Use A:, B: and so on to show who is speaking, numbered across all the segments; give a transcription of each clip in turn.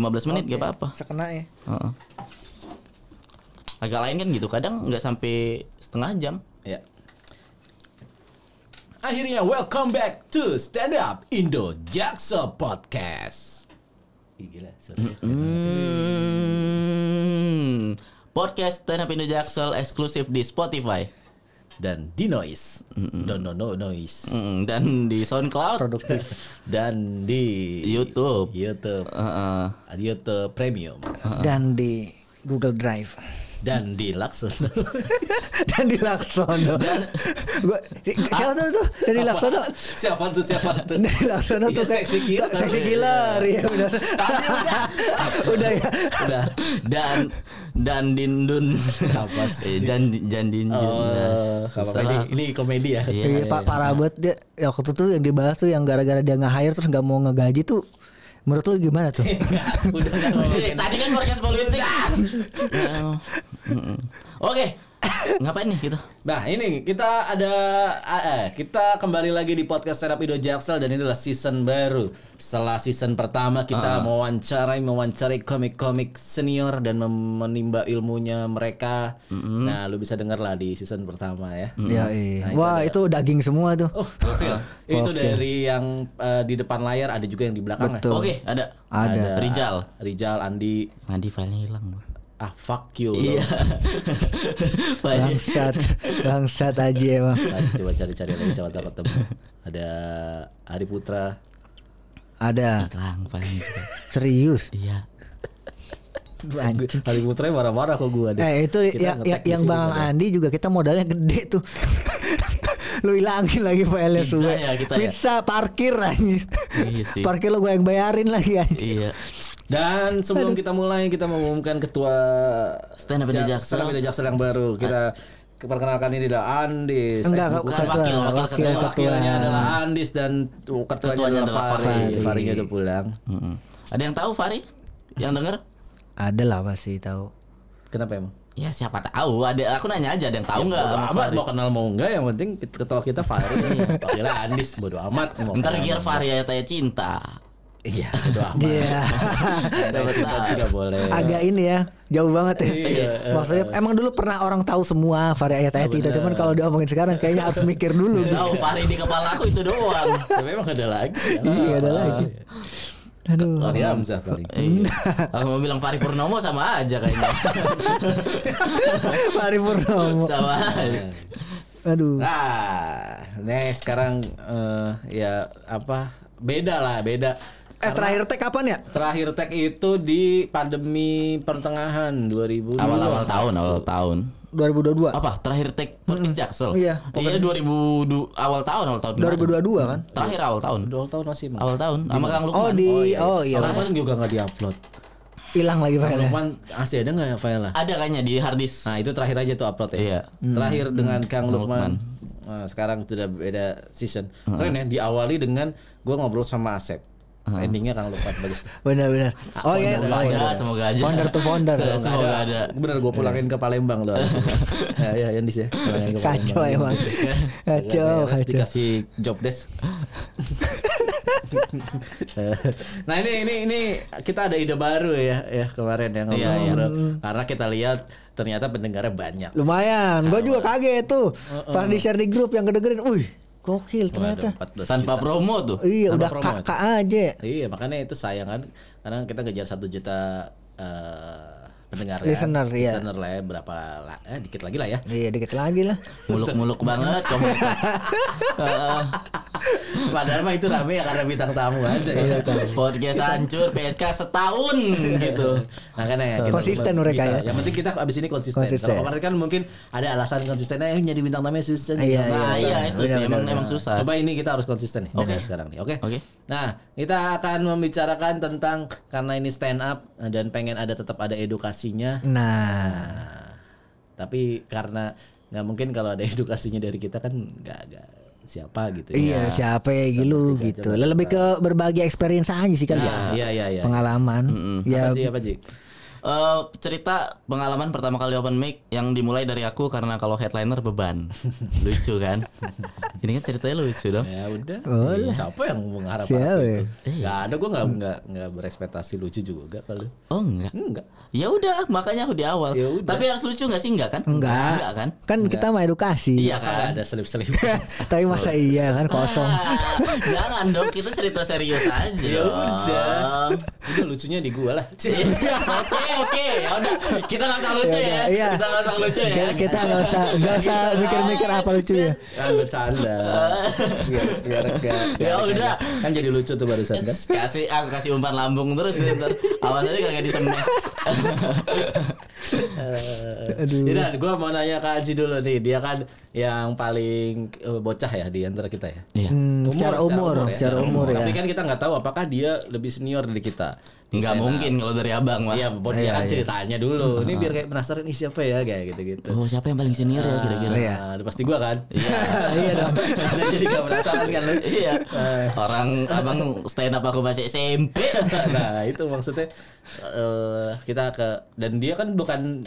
A: 15 menit nggak
B: Oke,
A: apa-apa.
B: Sekena ya.
A: Heeh. Agak lain kan gitu. Kadang nggak sampai setengah jam.
C: Ya. Akhirnya welcome back to Stand Up Indo Jaksel Podcast. Ih, gila, suaranya
A: Hmm. Podcast Stand Up Indo Jaksel eksklusif di Spotify
C: dan di noise, no no no noise,
A: Hmm, dan di SoundCloud.
B: Produktif.
C: dan di
A: YouTube.
C: Iya. YouTube,
A: Heeh.
C: YouTube Premium,
B: Dan di Google Drive.
C: dan di Lakson.
B: Dan di Laksono. Gua siapa tuh tuh? Dari Laksono.
C: siapa tuh siapa tuh?
B: Dari Laksono tuh
C: Iya,
B: kayak
C: seksi killer.
B: Seksi killer, iya benar. Udah ya.
C: Udah.
A: dan dan dindun
C: Apa
A: Eh,
C: sih?
A: dan dan dindun
C: Oh, kalau
A: Susah lah.
C: ini, ini komedi ya.
A: Iya,
B: Iya, Pak parah banget dia. Ya, waktu itu yang dibahas tuh yang gara-gara dia nge-hire terus nggak mau ngegaji tuh menurut lu gimana tuh?
C: Udah
A: Eh,
C: nggak ngomongin.
A: tadi kan podcast politik Eh, mm-mm. oke ngapain nih kita
C: Nah ini kita ada ah, eh, kita kembali lagi di podcast Serap Indo Jaksel dan ini adalah season baru. Setelah season pertama kita mewawancarai mewawancarai komik-komik senior dan mem- menimba ilmunya mereka. Nah lu bisa dengar lah di season pertama ya.
B: Ya,
C: Nah,
B: iya.
C: itu
B: Wah,
C: ada-
B: itu daging semua tuh.
C: Oh, gokil. itu
B: Gokil.
C: dari yang eh, di depan layar ada juga yang di belakang ya.
B: Betul.
A: oke ada
B: Ada.
A: Rizal
C: Rizal, Andi,
A: Andi filenya hilang bro.
C: ah fuck you. lu.
A: iya filenya
B: Bangsat, bangsat aja emang.
C: Nah, coba cari-cari lagi siapa tahu ketemu. Ada Ari Putra.
B: Ada
A: hilang filenya juga.
B: serius.
A: iya
B: Anjing.
C: Hari Putra marah-marah kok gua deh.
B: Eh itu yang
C: Kita
B: yang,
C: ngetek di
B: yang
C: sini
A: ya.
B: Bang
C: sebenarnya.
B: Andi juga kita modalnya gede tuh. lu hilangin lagi filenya
A: Pizza
B: suwe.
A: ya kita ya?
B: Pizza parkir anjing.
A: Iya sih.
B: parkir lu gue yang bayarin lagi anjing.
A: iya
C: Dan sebelum kita mulai kita mengumumkan ketua
A: Stand Up Indo
C: Jak-
A: Jaksel.
C: Stand Up Indo Jaksel yang baru. Kita perkenalkan ini adalah Andis.
B: Enggak,
C: Eh,
B: Kak,
C: bukan.
A: wakil,
B: ketua,
A: wakil
B: wakil,
A: ketua.
B: ketua.
C: Wakilnya adalah Andis dan ketuanya,
A: Ketuanya
C: adalah
A: adalah
C: Fahri.
B: Fahri.
C: Fahrinya udah pulang.
A: Mm-mm. ada yang tahu Fari yang denger
B: Ada lah pasti tahu.
C: Kenapa emang?
A: ya siapa tahu ada aku nanya aja ada yang tahu nggak
C: Ya, Bodo
A: sama
C: amat
A: Fahri?
C: mau kenal mau enggak yang penting ketua kita Fahri. Wakilnya Andis bodo amat mau.
A: ntar
C: kenal
A: kira
C: mau
A: Fahri ya tanya cinta
C: enggak. Iya, bodo amat.
B: Iya.
C: Dapat juga boleh.
A: Iya.
B: Agak ini ya, jauh banget ya.
C: Iya.
B: Maksudnya emang dulu pernah orang tahu semua vari
A: Iya,
B: ayat ayat itu, cuman kalau diomongin sekarang kayaknya harus mikir dulu gitu.
A: tahu Fahri di kepala aku itu doang
C: Tapi emang ada lagi. ya.
B: Iya, ada lagi. Aduh.
C: Fahri Hamzah paling.
A: Iya. Aku mau bilang Fahri Purnomo sama aja kayaknya.
B: Fahri Purnomo.
A: sama aja.
B: Aduh.
C: Nah, nih sekarang eh, ya apa? Beda lah, beda.
B: Eh terakhir tag kapan ya?
C: Terakhir tag itu di pandemi pertengahan 2000
A: Awal-awal tahun, awal tahun.
B: 2022.
A: Apa? Terakhir take podcast Jaksel.
B: Iya,
A: Iya 2000 awal tahun, awal tahun. kemarin.
B: 2022 kan?
A: Terakhir awal tahun.
C: Dua tahun masih Mang.
A: Awal tahun sama Kang Lukman.
B: Oh di oh iya.
C: Tahun kemarin juga nggak diupload.
B: Hilang lagi
C: Kang
B: filenya.
C: Lukman masih ada nggak file lah?
A: Ada kayaknya di harddisk.
C: Nah itu terakhir aja tuh upload ya.
A: Iya.
C: Terakhir dengan Kang Lukman. Nah, sekarang sudah beda season. Keren ya diawali dengan gua ngobrol sama Asep. Endingnya Kang Lukman bagus.
B: Benar benar. Oh iya.
A: Semoga
B: Oh,
A: ada,
B: iya.
A: semoga aja.
B: Founder to founder.
A: Se- Semoga Oh, ada.
C: Bener gue pulangin ke Palembang loh. ya, ya, Yandis ya. Pulangin ke
B: Kacau
C: Palembang.
B: emang. Kacau
C: Harus
B: kacau.
C: ya, dikasih job desk. nah ini ini ini kita ada ide baru ya ya kemarin
B: Iya,
C: ya ngobrol, karena kita lihat ternyata pendengarnya banyak.
B: Lumayan. Gua juga kaget tuh. Pas di share di grup yang kedengerin, wih, gokil ternyata.
C: Ada 14
A: Tanpa promo tuh.
B: Iya,
C: Tambah
B: udah
C: promo itu.
B: kakak aja.
C: Iya makanya itu sayang kan karena kita ngejar satu juta eh, pendengar ya.
B: Listener, iya.
C: Listener lah ya berapa lah eh, dikit lagi lah ya.
B: Iya, dikit lagi lah.
A: Muluk-muluk banget komunitas. Heeh.
C: Padahal mah itu rame ya karena bintang tamu aja
B: Iya,
C: ya.
B: kan.
A: podcast hancur PSK setahun gitu.
C: Nah kan ya, kita
B: Konsisten mereka
C: bisa.
B: ya.
C: Yang penting kita abis ini konsisten.
B: Konsisten.
C: Kalau kemarin kan mungkin ada alasan konsistennya yang jadi bintang tamunya susah. jadi
B: Iya,
C: alasan
A: Nah,
C: susah.
A: iya itu sih
B: Benar,
A: emang
B: benar,
A: emang susah.
C: Coba ini kita harus konsisten nih.
A: Oke.
C: dari sekarang nih. Oke.
A: Oke.
C: Nah, kita akan membicarakan tentang karena ini stand up dan pengen ada tetap ada edukasinya.
B: Nah,
C: Nah, tapi karena nggak mungkin kalau ada edukasinya dari kita kan nggak ada siapa gitu ya.
B: iya siapa ya gitu gitu. Lah, Lebih ke berbagi experience aja sih kan ya.
C: Iya, iya, iya.
B: Pengalaman.
C: Apa
B: Ya
C: sih apa sih?
A: eh, cerita pengalaman pertama kali open mic yang dimulai dari aku karena kalau headliner beban. lucu kan? Ini kan ceritanya lucu dong.
C: Ya udah.
B: Oh
C: Iya, Siapa yang mengharap
B: Siapa
C: itu?
B: ya?
C: Gak ada gue nggak nggak nggak berekspektasi lucu juga kalau.
A: Oh enggak.
C: Enggak.
A: Ya udah, makanya aku di awal.
C: Ya udah.
A: Tapi harus lucu nggak sih? Enggak kan?
B: Enggak.
A: Enggak kan?
B: Kan kita mah edukasi.
A: Iya
C: Masa
A: kan?
C: nggak ada selip-selip.
B: Tapi masa iya kan kosong.
A: Ah, Jangan dong, kita cerita serius aja.
C: ya udah.
A: dong.
C: Udah lucunya di gua lah.
A: Oke oke, ya udah kita nggak usah lucu ya,
B: Iya.
A: kita nggak usah lucu ya.
B: Kita- Kita nggak usah nggak usah mikir-mikir apa lucunya.
C: Kan bercanda. Biar biar enggak.
A: Ya udah.
C: Kan jadi lucu tuh barusan kan.
A: kasih aku kasih umpan lambung terus nih, ntar. awas aja kagak disemes
B: Aduh.
C: Tidak, gue Ya mau nanya ke Aji dulu nih. Dia kan yang paling eh, bocah ya di antara kita ya.
A: Iya.
B: Hmm, secara umur, secara umur ya.
C: Tapi kan kita nggak tahu apakah dia lebih senior dari kita.
A: nggak mungkin kalau dari abang mah
C: Iya, buat dia
B: Iya,
C: kan
B: iya.
C: ceritanya dulu. Ini biar kayak penasaran ini siapa ya kayak gitu-gitu.
A: oh siapa yang paling senior ya kira-kira
B: Iya.
C: Nah, udah pasti gua kan.
B: Iya dong.
C: Nah, Jadi gak penasaran kan lu.
A: iya orang abang stand up aku masih SMP
C: Nah, itu maksudnya eh, kita ke dan dia kan bukan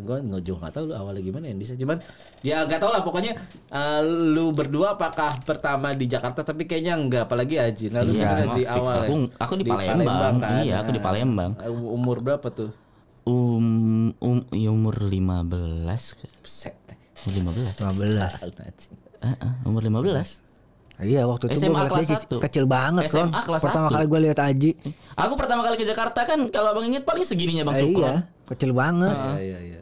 C: gua nggak jauh nggak tahu lu awalnya gimana ya bisa cuman ya nggak tahu lah pokoknya eh, lu berdua apakah pertama di Jakarta tapi kayaknya enggak apalagi Aji nah lu
A: Iya,
C: gimana
A: emang
C: Aji
A: fix.
C: awalnya kan?
A: Aku- aku di Palembang. Iya, aku di Palembang.
C: Nah, umur berapa tuh
A: um, um ya umur 15 ke-
C: set
A: umur 15
B: 15.
C: tahun Aji
A: Ah, ah, umur 15
B: Iya waktu itu
A: SMA
B: gue ngeliatnya
A: kelas
B: ke-
A: satu.
B: kecil banget
A: SMA
B: Ron.
A: kelas
B: Pertama
A: satu.
B: kali gue lihat Aji,
A: Aku pertama kali ke Jakarta kan kalau abang ingat paling segininya Bang
B: eh,
A: Sukro.
B: iya kecil banget.
C: Iya
A: Ah.
C: iya iya.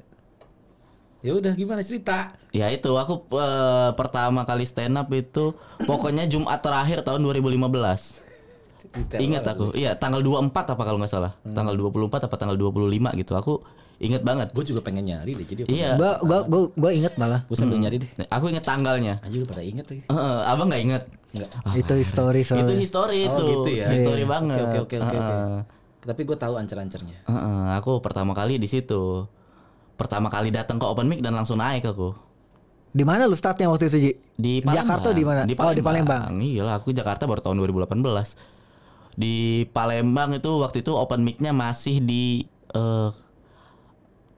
C: Ya udah gimana cerita?
A: Ya itu aku eh, pertama kali stand up itu pokoknya Jumat terakhir tahun 2015. Ingat aku. Iya, tanggal 24 apa kalau nggak salah.
C: Hmm.
A: Tanggal 24 apa tanggal 25 gitu. Aku ingat banget.
C: Gue juga pengen nyari deh jadi
A: Iya. Hmm.
B: Gue gue gue gue inget malah.
C: Gue sambil nyari deh.
A: Aku ingat tanggalnya.
C: Anjir udah pada inget lagi.
A: Eh, eh, abang nggak ingat?
C: Enggak.
A: Ah,
B: Itu history
A: itu
B: soalnya.
A: history
C: Oh,
A: itu.
C: gitu ya.
A: History
C: Iya.
A: banget.
C: Oke oke oke oke. oke.
A: Eh, eh.
C: Tapi gue tahu ancer-ancernya.
A: Eh, eh, aku pertama kali di situ. Pertama kali datang ke open mic dan langsung naik aku.
B: Di mana lu startnya waktu itu Ji?
A: di Palembang.
B: Jakarta di mana? Oh di Palembang.
A: Iya lah, aku Jakarta baru tahun 2018. Di Palembang itu waktu itu open mic-nya masih di eh,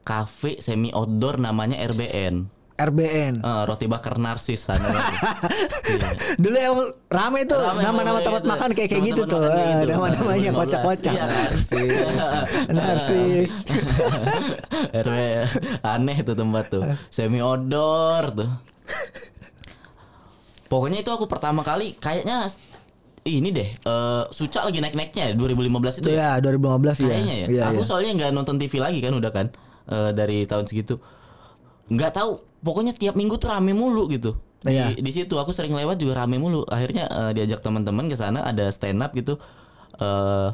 A: cafe semi outdoor namanya RBN.
B: RBN.
A: Eh, roti bakar narsis sana.
B: Dulu emang rame tuh
A: iya. Rame,
B: nama-nama
A: rame,
B: tempat
A: gitu.
B: makan kayak kayak gitu
A: Nama-nama
B: tuh.
A: makan kayak
B: Eh,
A: gitu.
B: Nama-namanya
A: 2015.
B: kocak-kocak.
A: Iya, kan?
B: Narsis.
A: RW aneh tuh tempat tuh semi odor tuh pokoknya itu aku pertama kali kayaknya ini deh eh, suca lagi naik naiknya 2015 itu ya
B: Iya 2015 ya.
A: kayaknya ya,
B: Iya,
A: aku
B: iya.
A: soalnya nggak nonton TV lagi kan udah kan eh, dari tahun segitu nggak tahu pokoknya tiap minggu tuh rame mulu gitu di,
B: Iya.
A: di situ aku sering lewat juga rame mulu akhirnya eh, diajak teman-teman ke sana ada stand up gitu eh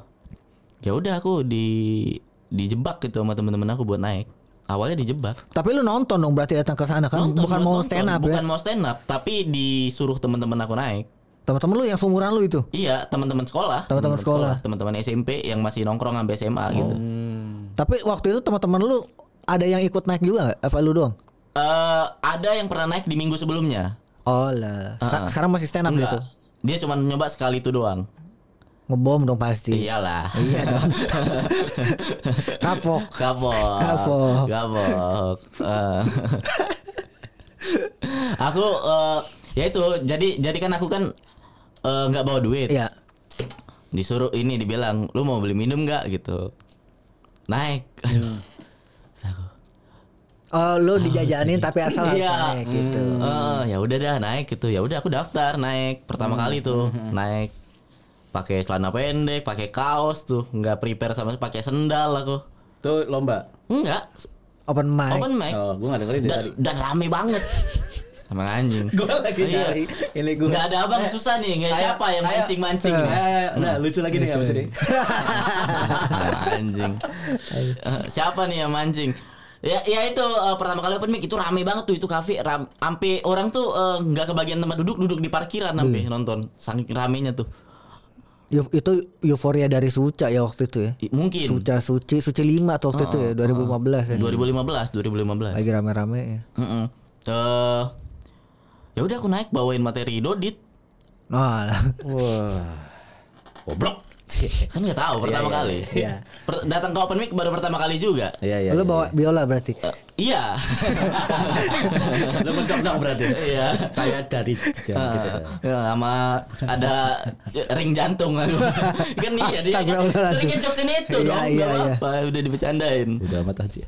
A: ya udah aku di dijebak gitu sama teman-teman aku buat naik awalnya dijebak
B: Tapi lu nonton dong berarti datang ke sana kan?
A: Nonton,
B: bukan
A: buat
B: mau
A: nonton.
B: stand up
A: bukan
B: ya.
A: mau stand up tapi disuruh teman-teman aku naik
B: Teman-teman lu yang seumuran lu itu.
A: iya teman-teman sekolah
B: Teman-teman sekolah. Oh.
A: teman-teman SMP yang masih nongkrong sampai SMA gitu
C: Hmm.
B: Tapi waktu itu teman-teman lu ada yang ikut naik juga nggak? Apa lu doang?
A: Eh, ada yang pernah naik di minggu sebelumnya.
B: Oh lah. Seka-
A: Ah.
B: Sekarang masih stand up
A: Enggak.
B: gitu.
A: Dia cuma nyoba sekali itu doang.
B: Ngebom dong pasti.
A: Iyalah.
B: Iya dong.
C: Iya.
B: Kapok.
A: Kapok.
B: Kapok.
A: Kapok. Eh. aku eh, ya itu jadi jadi kan aku kan eh, nggak bawa duit.
B: Iya.
A: Disuruh ini dibilang, "Lu mau beli minum nggak gitu. Naik.
B: Hmm.
A: Aduh.
B: Oh,
C: Ah,
B: lu dijajanin tapi asal harus
A: Iya.
C: Hmm.
B: naik gitu.
A: Eh, ya udah dah naik gitu. Ya udah aku daftar naik pertama kali tuh naik pakai celana pendek, pakai kaos tuh, nggak prepare sama pakai sendal aku.
C: Tuh lomba.
A: Enggak,
B: Open mic.
A: open mic
C: Oh, gue gak dengerin dari
A: dan,
C: tadi.
A: dan rame banget. Emang anjing.
C: Gue lagi
A: Iya.
C: nyari. Ini gue.
A: Nggak ada abang susah nih, nggak
C: Ayo,
A: siapa yang
C: ayo.
A: mancing-mancing. ya? Hmm.
C: Nah, lucu lagi nih abis ini.
A: Ah, anjing. Eh, siapa nih yang mancing? Ya, ya itu eh, pertama kali open mic itu rame banget tuh itu kafe ram, ampe orang tuh eh, nggak kebagian tempat duduk duduk di parkiran sampai nonton saking ramenya tuh
B: Eu- itu euforia dari Suca ya waktu itu ya.
A: I- mungkin
B: Suca Suci Suci 5 tuh waktu itu
C: Ah,
B: ya 2015 ya.
A: 2015 2015
B: Lagi rame-rame ya.
A: Mm-mm. Eh, ya udah aku naik bawain materi dodit
B: Nah, lah.
C: Wah.
A: goblok Kan nggak tahu pertama
C: iya,
A: kali.
B: iya.
A: Per- datang ke open mic baru pertama kali juga.
C: Iya iya.
B: Lu
C: iya.
B: bawa biola berarti.
A: Iya.
C: Lu mentok-mentok Oh, berarti.
A: Iya.
C: Kayak dari jam gitu.
A: Ya, sama ada ring jantung aku. kan iya dia kan
B: Astagfirullahaladzim.
A: sering jokesin itu
B: Iya,
A: dong. nggak
B: iya, iya.
A: apa-apa, udah dibecandain.
C: Udah amat aja.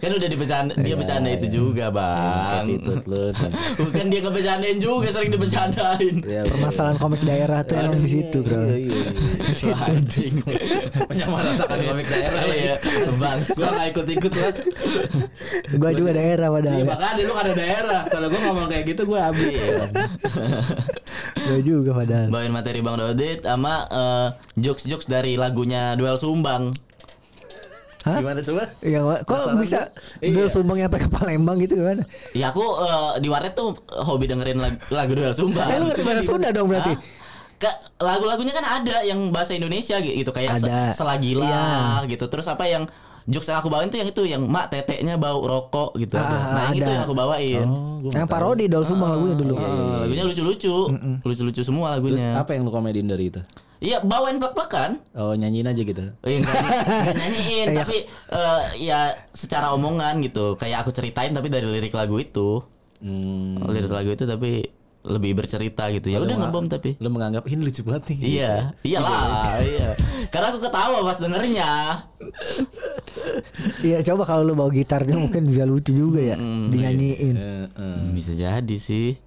A: kan udah dibecanda dia bercanda itu juga, Bang.
C: Attitude lu.
A: Bukan dia ngebecandain juga sering dibecandain.
C: Ya,
B: Permasalahan komik daerah tuh emang di situ,
C: Iya,
B: Bro.
C: iya, iya.
A: Anjing.
C: Banyak merasakan komik daerah.
A: Iya,
C: Bangsa. Gua nggak ikut-ikut lah.
B: Nah, Gua juga daerah
C: Iya,
B: padahal.
C: makanya lu ada daerah. Kalau gua ngomong kayak gitu gua habis.
B: Gua juga padahal.
A: Bawain materi Bang Dodit sama eh, jokes-jokes dari lagunya Duel Sumbang.
B: Hah?
C: Gimana coba?
B: Ya, wa- kok
C: Penasaran
B: bisa
C: lu?
B: dulu
C: Iya.
B: sumbang sampai ke Palembang gitu gimana?
A: Ya aku eh, di warnet tuh hobi dengerin lagu, lagu Duel Sumbang.
B: Eh lu ngerti bahasa Sunda dong berarti.
A: Hah? Ke- lagu-lagunya kan ada yang bahasa Indonesia gi- gitu kayak
B: Ada.
A: Se- selagila
B: Iya.
A: gitu. Terus apa yang jokes yang aku bawain tuh yang itu yang mak teteknya bau rokok gitu. nah,
B: Ah,
A: yang itu
B: ada. Oh.
A: yang aku bawain.
C: Oh,
B: Yang parodi dong sumbang lagunya dulu.
A: Eh, lagunya lucu-lucu. Lucu-lucu semua
C: Terus
A: lagunya.
C: apa yang lu komedin dari itu?
A: Iya, bawain plek-plekan.
C: Iya. Oh nyanyiin aja gitu.
A: Eh, enggak, enggak nyanyiin tapi eh, ya secara omongan gitu. Kayak aku ceritain tapi dari lirik lagu itu.
C: Hmm,
A: Lirik lagu itu tapi lebih bercerita gitu. Ya udah ngebom tapi.
C: lu menganggap ini lucu banget nih.
A: Iya, iyalah, iya. Karena aku ketawa pas dengernya.
B: Iya coba kalau lu bawa gitarnya mungkin bisa lucu juga ya dinyanyiin.
C: Eh, eh.
A: Bisa jadi sih.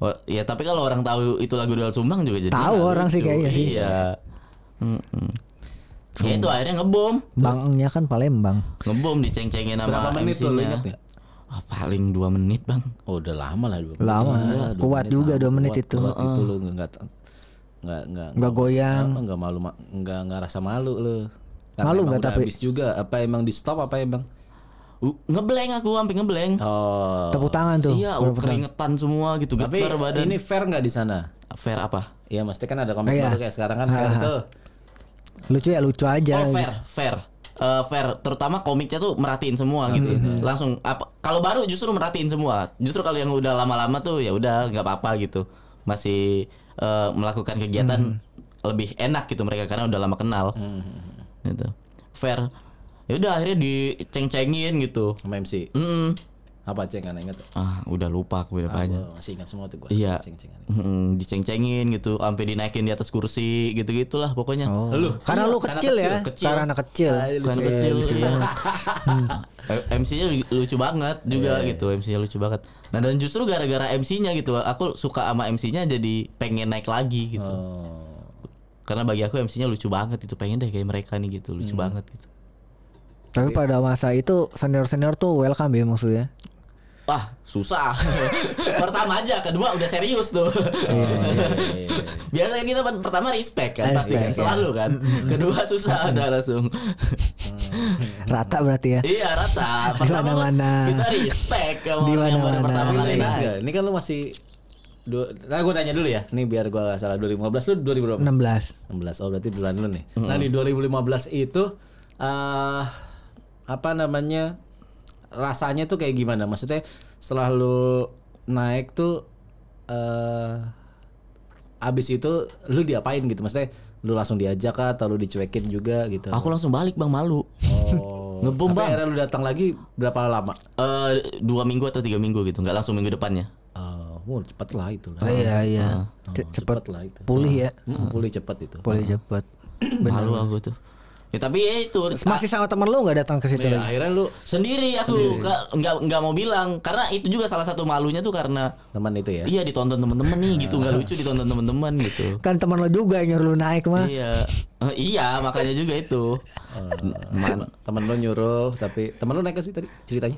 A: Wah, ya tapi kalau orang tahu itu lagu Duel Sumbang juga jadi
B: Tahu
A: nggak
B: orang sih
A: lucu.
B: kayaknya sih.
A: Iya. Mm-mm. Ya itu akhirnya ngebom,
B: Bangnya kan Palembang.
A: ngebom diceng-cengin sama
C: Berapa menit tuh lu
A: MC-nya.
C: inget ya? nggak?
A: Wah, paling dua menit bang.
C: Oh udah lama lah dua
B: Lama. Kuat juga dua menit itu.
C: Kuat itu lu nggak nggak nggak nggak
B: Nggak goyang.
C: apa, nggak malu ma- nggak nggak rasa malu lu. Karena
B: Malu
C: emang
B: nggak
C: udah
B: tapi?
C: habis juga apa emang di stop apa emang?
A: Uh, ngebleng aku sampai ngebleng.
C: Oh.
B: Tepuk tangan tuh.
A: iya, uh, keringetan semua gitu.
C: Tapi
A: Getar badan.
C: ini fair nggak di sana?
A: fair apa?
C: Iya maksudnya kan ada komik
B: Iya.
C: baru kayak sekarang kan fair tuh.
B: Lucu ya lucu aja.
A: Oh
C: gitu.
A: fair, fair. Eh, fair, terutama komiknya tuh merhatiin semua gitu.
C: ya.
A: Langsung apa kalau baru justru merhatiin semua. Justru kalau yang udah lama-lama tuh ya udah nggak apa-apa gitu. Masih eh, melakukan
C: Hmm.
A: kegiatan lebih enak gitu mereka karena udah lama kenal. Gitu. Fair. Ya udah akhirnya diceng-cengin gitu.
C: Sama MC.
A: Mm-mm.
C: Apa ceng nggak inget?
A: Ah, udah lupa aku udah banyak.
C: Gua Oh, masih ingat semua tuh gua.
A: Iya.
C: Ceng-cengan.
A: Mm, diceng-cengin gitu, sampai dinaikin di atas kursi gitu-gitulah pokoknya.
B: Oh.
C: Lu?
B: Karena lu
A: Iya, karena
B: kecil, ya,
A: kecil, kecil.
B: karena anak kecil.
C: Ah,
A: Bukan
B: Iya,
A: kecil
B: lucu
A: iya. Eh,
B: banget.
A: MC-nya lucu banget juga gitu, MC-nya lucu banget. Nah, dan justru gara-gara MC-nya gitu, aku suka sama MC-nya jadi pengen naik lagi gitu.
C: Oh.
A: Karena bagi aku MC-nya lucu banget itu, pengen deh kayak mereka nih gitu, lucu banget gitu.
B: Tapi pada masa itu senior senior tuh welcome ya maksudnya.
A: Wah, Ah, susah. pertama aja, kedua udah serius tuh.
C: Iya, iya, iya.
A: Biasanya kita pen- pertama respect kan, pasti kan
B: Respect, ya.
A: selalu kan. Kedua susah ada langsung.
B: Rata berarti ya.
A: iya, rata. Pertama
B: mana-mana.
A: kita respect sama
B: Di
A: orang yang baru
B: mana-mana. iya.
A: pertama
C: Tapi
A: kali
C: lu ingat
A: naik.
C: nggak? Ini kan lu masih dua, nah gue tanya dulu ya. Nih biar gue gak salah 2015 lu 2000 berapa?
B: 16.
C: 16. Oh berarti duluan lu nih. Nah di 2015 itu eh apa namanya? Rasanya tuh kayak gimana? Maksudnya setelah lu naik tuh eh abis itu lu diapain gitu? Maksudnya lu langsung diajak kah atau lu dicuekin juga gitu?
A: Aku langsung balik Bang malu.
C: Oh.
A: Ngebom,
C: Tapi akhirnya lu datang lagi berapa lama?
A: Eh, dua minggu atau tiga minggu gitu, nggak langsung minggu depannya.
C: Eh, wow, cepet lah itu lah.
B: Iya iya. Ce- cepet
C: Cepet lah itu.
B: pulih ya.
C: Mm, pulih cepet itu.
B: Pulih cepet.
A: Malu aku tuh. Ya tapi ya itu
B: Masih sama temen lu nggak datang ke situ
C: Ya,
B: lagi?
C: akhirnya lu
A: sendiri aku ka- nggak nggak mau bilang karena itu juga salah satu malunya tuh karena
C: teman itu ya.
A: iya ditonton temen-temen nih gitu nggak lucu ditonton temen-temen gitu.
B: Kan teman lo juga yang nyuruh lu naik mah.
A: iya Eh, iya makanya juga itu
C: Teman teman lu nyuruh tapi teman lu naik ke sih tadi ceritanya?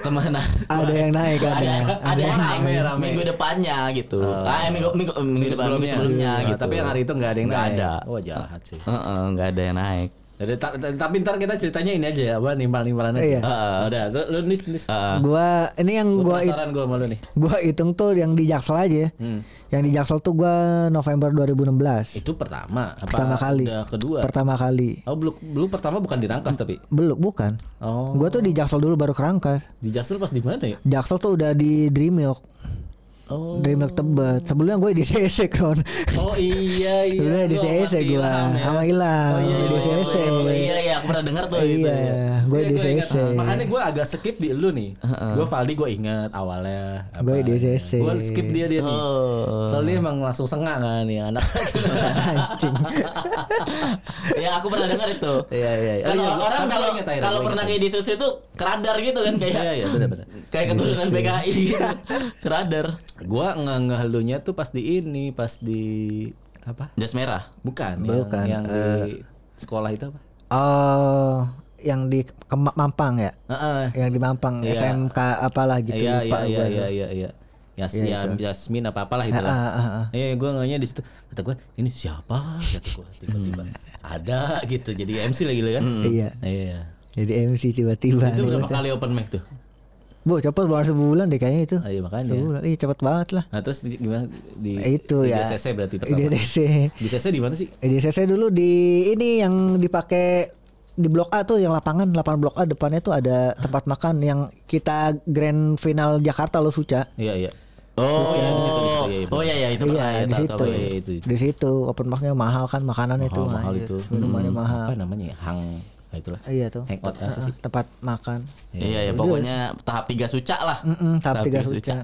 A: teman
B: Ada yang naik
A: Iya.
B: ada.
A: ada
B: yang-
A: ada yang
C: rame,
A: naik
C: rame.
A: minggu depannya gitu.
C: Oh.
A: ah eh, minggu minggu, minggu, depan- minggu sebelumnya,
C: Nah,
A: gitu.
C: Tapi uh-uh, yang hari itu nggak ada yang
A: Nggak
C: naik.
A: ada.
C: Wah jahat sih.
A: Heeh, nggak ada yang naik.
C: Jadi, ta- ta- tapi ntar kita ceritanya ini aja ya, apa nimpal-nimpalan aja. Ah,
B: Iya.
C: Udah, lu, lu nis nis.
A: Ah.
B: Gua ini yang
C: Ah. Gua
B: gua
C: penasaran gua malu nih.
B: gua hitung tuh yang di Jaksel aja ya. Yang di Jaksel tuh gua November 2016.
C: Hmm. Itu pertama apa
B: pertama kali.
C: udah kedua?
B: Pertama kali.
C: Oh, belum belum pertama bukan di Rangkas tapi.
B: Belum bukan.
C: Oh,
B: Gua tuh di Jaksel dulu baru ke Rangkas.
C: di Jaksel pas di mana ya?
B: Jaksel tuh udah di Dreamyok.
A: Oh.
B: Dreamlock Tebet. Sebelumnya gue di CSC Kron.
C: Oh iya iya.
B: Sebelumnya di
C: Gua
B: CSC
C: masih
B: gue
C: ilham ya.
B: sama Ilham
A: Oh, iya,
B: di
A: iya,
B: CSC.
A: iya, iya, iya, aku pernah dengar tuh gitu.
B: Iya,
A: ya.
B: gue
C: Iya,
B: di
C: gua ingat.
B: CSC.
C: Makanya gue agak skip di lu nih. Gue Valdi gue inget awalnya.
B: Gua di CSC.
C: Gue skip dia dia nih.
A: Oh.
C: Soalnya emang langsung sengak kan ya anak.
B: Anjing.
A: ya aku pernah dengar itu.
C: Iya iya. iya.
A: Kalau
C: Oh, iya, gua-
A: orang
C: kan gua
A: kalau
C: ingat akhirnya,
A: kalau
C: gua
A: pernah
C: ingat.
A: kayak di susu itu keradar gitu kan kayak
C: Iya iya benar benar.
A: kayak keturunan PKI gitu. keradar.
C: Gue nggak ngelunya tuh pas di ini pas di apa?
A: Jas merah.
C: Bukan. eh.
B: Bukan,
C: Yang, yang di sekolah itu apa?
B: Oh, yang di Kema- Mampang ya?
C: Heeh.
B: Yang di Mampang
C: Iya.
B: SMK apalah gitu
C: iya,
B: lupa
C: iya,
B: gue.
C: iya, iya, iya, Yas, ya, Yasmin apa apalah itu
B: Ah, ah, ah.
C: lah. Iya, gue nganya di situ. Kata gue, ini siapa? Kata gue tiba-tiba ada gitu. Jadi MC lagi lah kan.
B: Iya.
C: Iya.
B: Jadi MC tiba-tiba. nih,
C: Itu berapa
B: gua tanya.
C: kali open mic tuh?
B: Bu, cepet baru sebulan deh kayaknya itu.
C: Ah, Iya makanya.
B: Sebulan. Iya, cepet banget lah.
C: Nah terus di- gimana di
B: Itu
C: di
B: ya.
C: DCC berarti
B: Di
C: pertama.
B: DCC.
C: Di CC di mana sih?
B: Di DCC dulu di ini yang dipakai di blok A tuh yang lapangan lapangan blok A depannya tuh ada tempat makan yang kita grand final Jakarta lo Suca.
C: Iya iya.
A: Oh.
C: Iya, di situ, di situ, iya, iya,
A: oh iya iya itu pernah ya.
B: Iya, di
A: tahu, tahu,
B: situ.
A: iya.
C: Iya itu.
B: Di situ open mic-nya mahal kan makanan itu.
C: Mahal, mahal
B: anjir.
C: itu.
B: Minumannya
C: Hmm,
B: mahal.
C: Apa namanya? ya? Hang. Nah, itulah.
B: Iya tuh.
C: Hangout apa
B: Heeh,
C: sih?
B: Tempat makan.
A: Iya ya pokoknya tahap tiga suca lah.
C: Mm.
B: Mm-mm, tahap tiga
A: Tahap
B: Suca.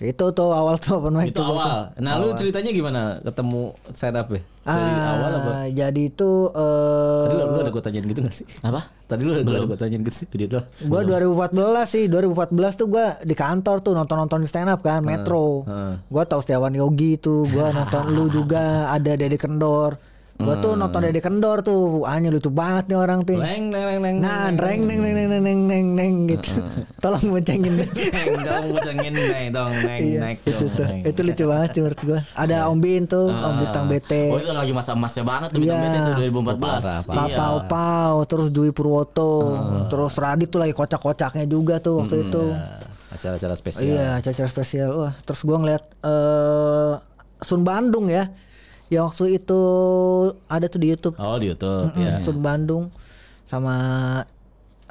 B: itu tuh awal tuh open mic
C: Itu
B: tuh.
C: awal. Nah, lu ceritanya gimana ketemu setup ya? Dari
B: Ah,
C: awal apa?
B: Jadi itu eh
C: Tadi lu, lu ada gue tanyain gitu gak sih?
A: Apa?
C: Tadi lu ada gue tanyain gitu sih? Jadi lu
B: Gua 2014 sih, 2014 tuh gua di kantor tuh nonton-nonton stand up kan,
C: Ah,
B: Metro.
C: heeh.
B: Gua tahu Setiawan Yogi tuh, gua nonton lu juga, ada Dede Kendor. Gua tuh
C: Ah.
B: nonton Dede Kendor tuh, hanya lucu banget nih orang tuh.
C: neng neng neng neng.
B: Nah, reng neng neng neng neng neng neng neng gitu.
C: Ah,
B: Tolong boncengin.
C: neng dong bujangin neng dong neng neng
B: itu
C: dong, Ah,
B: tuh,
C: neng.
B: itu lucu banget sih menurut gua. Ada Om Bin tuh, Om Bintang
A: Oh
B: BT.
A: itu lagi masa emasnya banget tuh
B: Iya.
A: bintang BT tuh 2014.
C: Eh. Parah, parah.
A: Iya.
B: Papa Opao, terus Dwi Purwoto, terus Radit tuh lagi kocak-kocaknya juga tuh waktu itu.
C: Ah, Acara-acara spesial.
B: Iya, acara spesial. Wah, terus gua ngeliat eh Sun Bandung ya. Yang waktu itu ada tuh di YouTube
C: Oh di YouTube
B: Mm,
C: ya.
B: Sun Bandung sama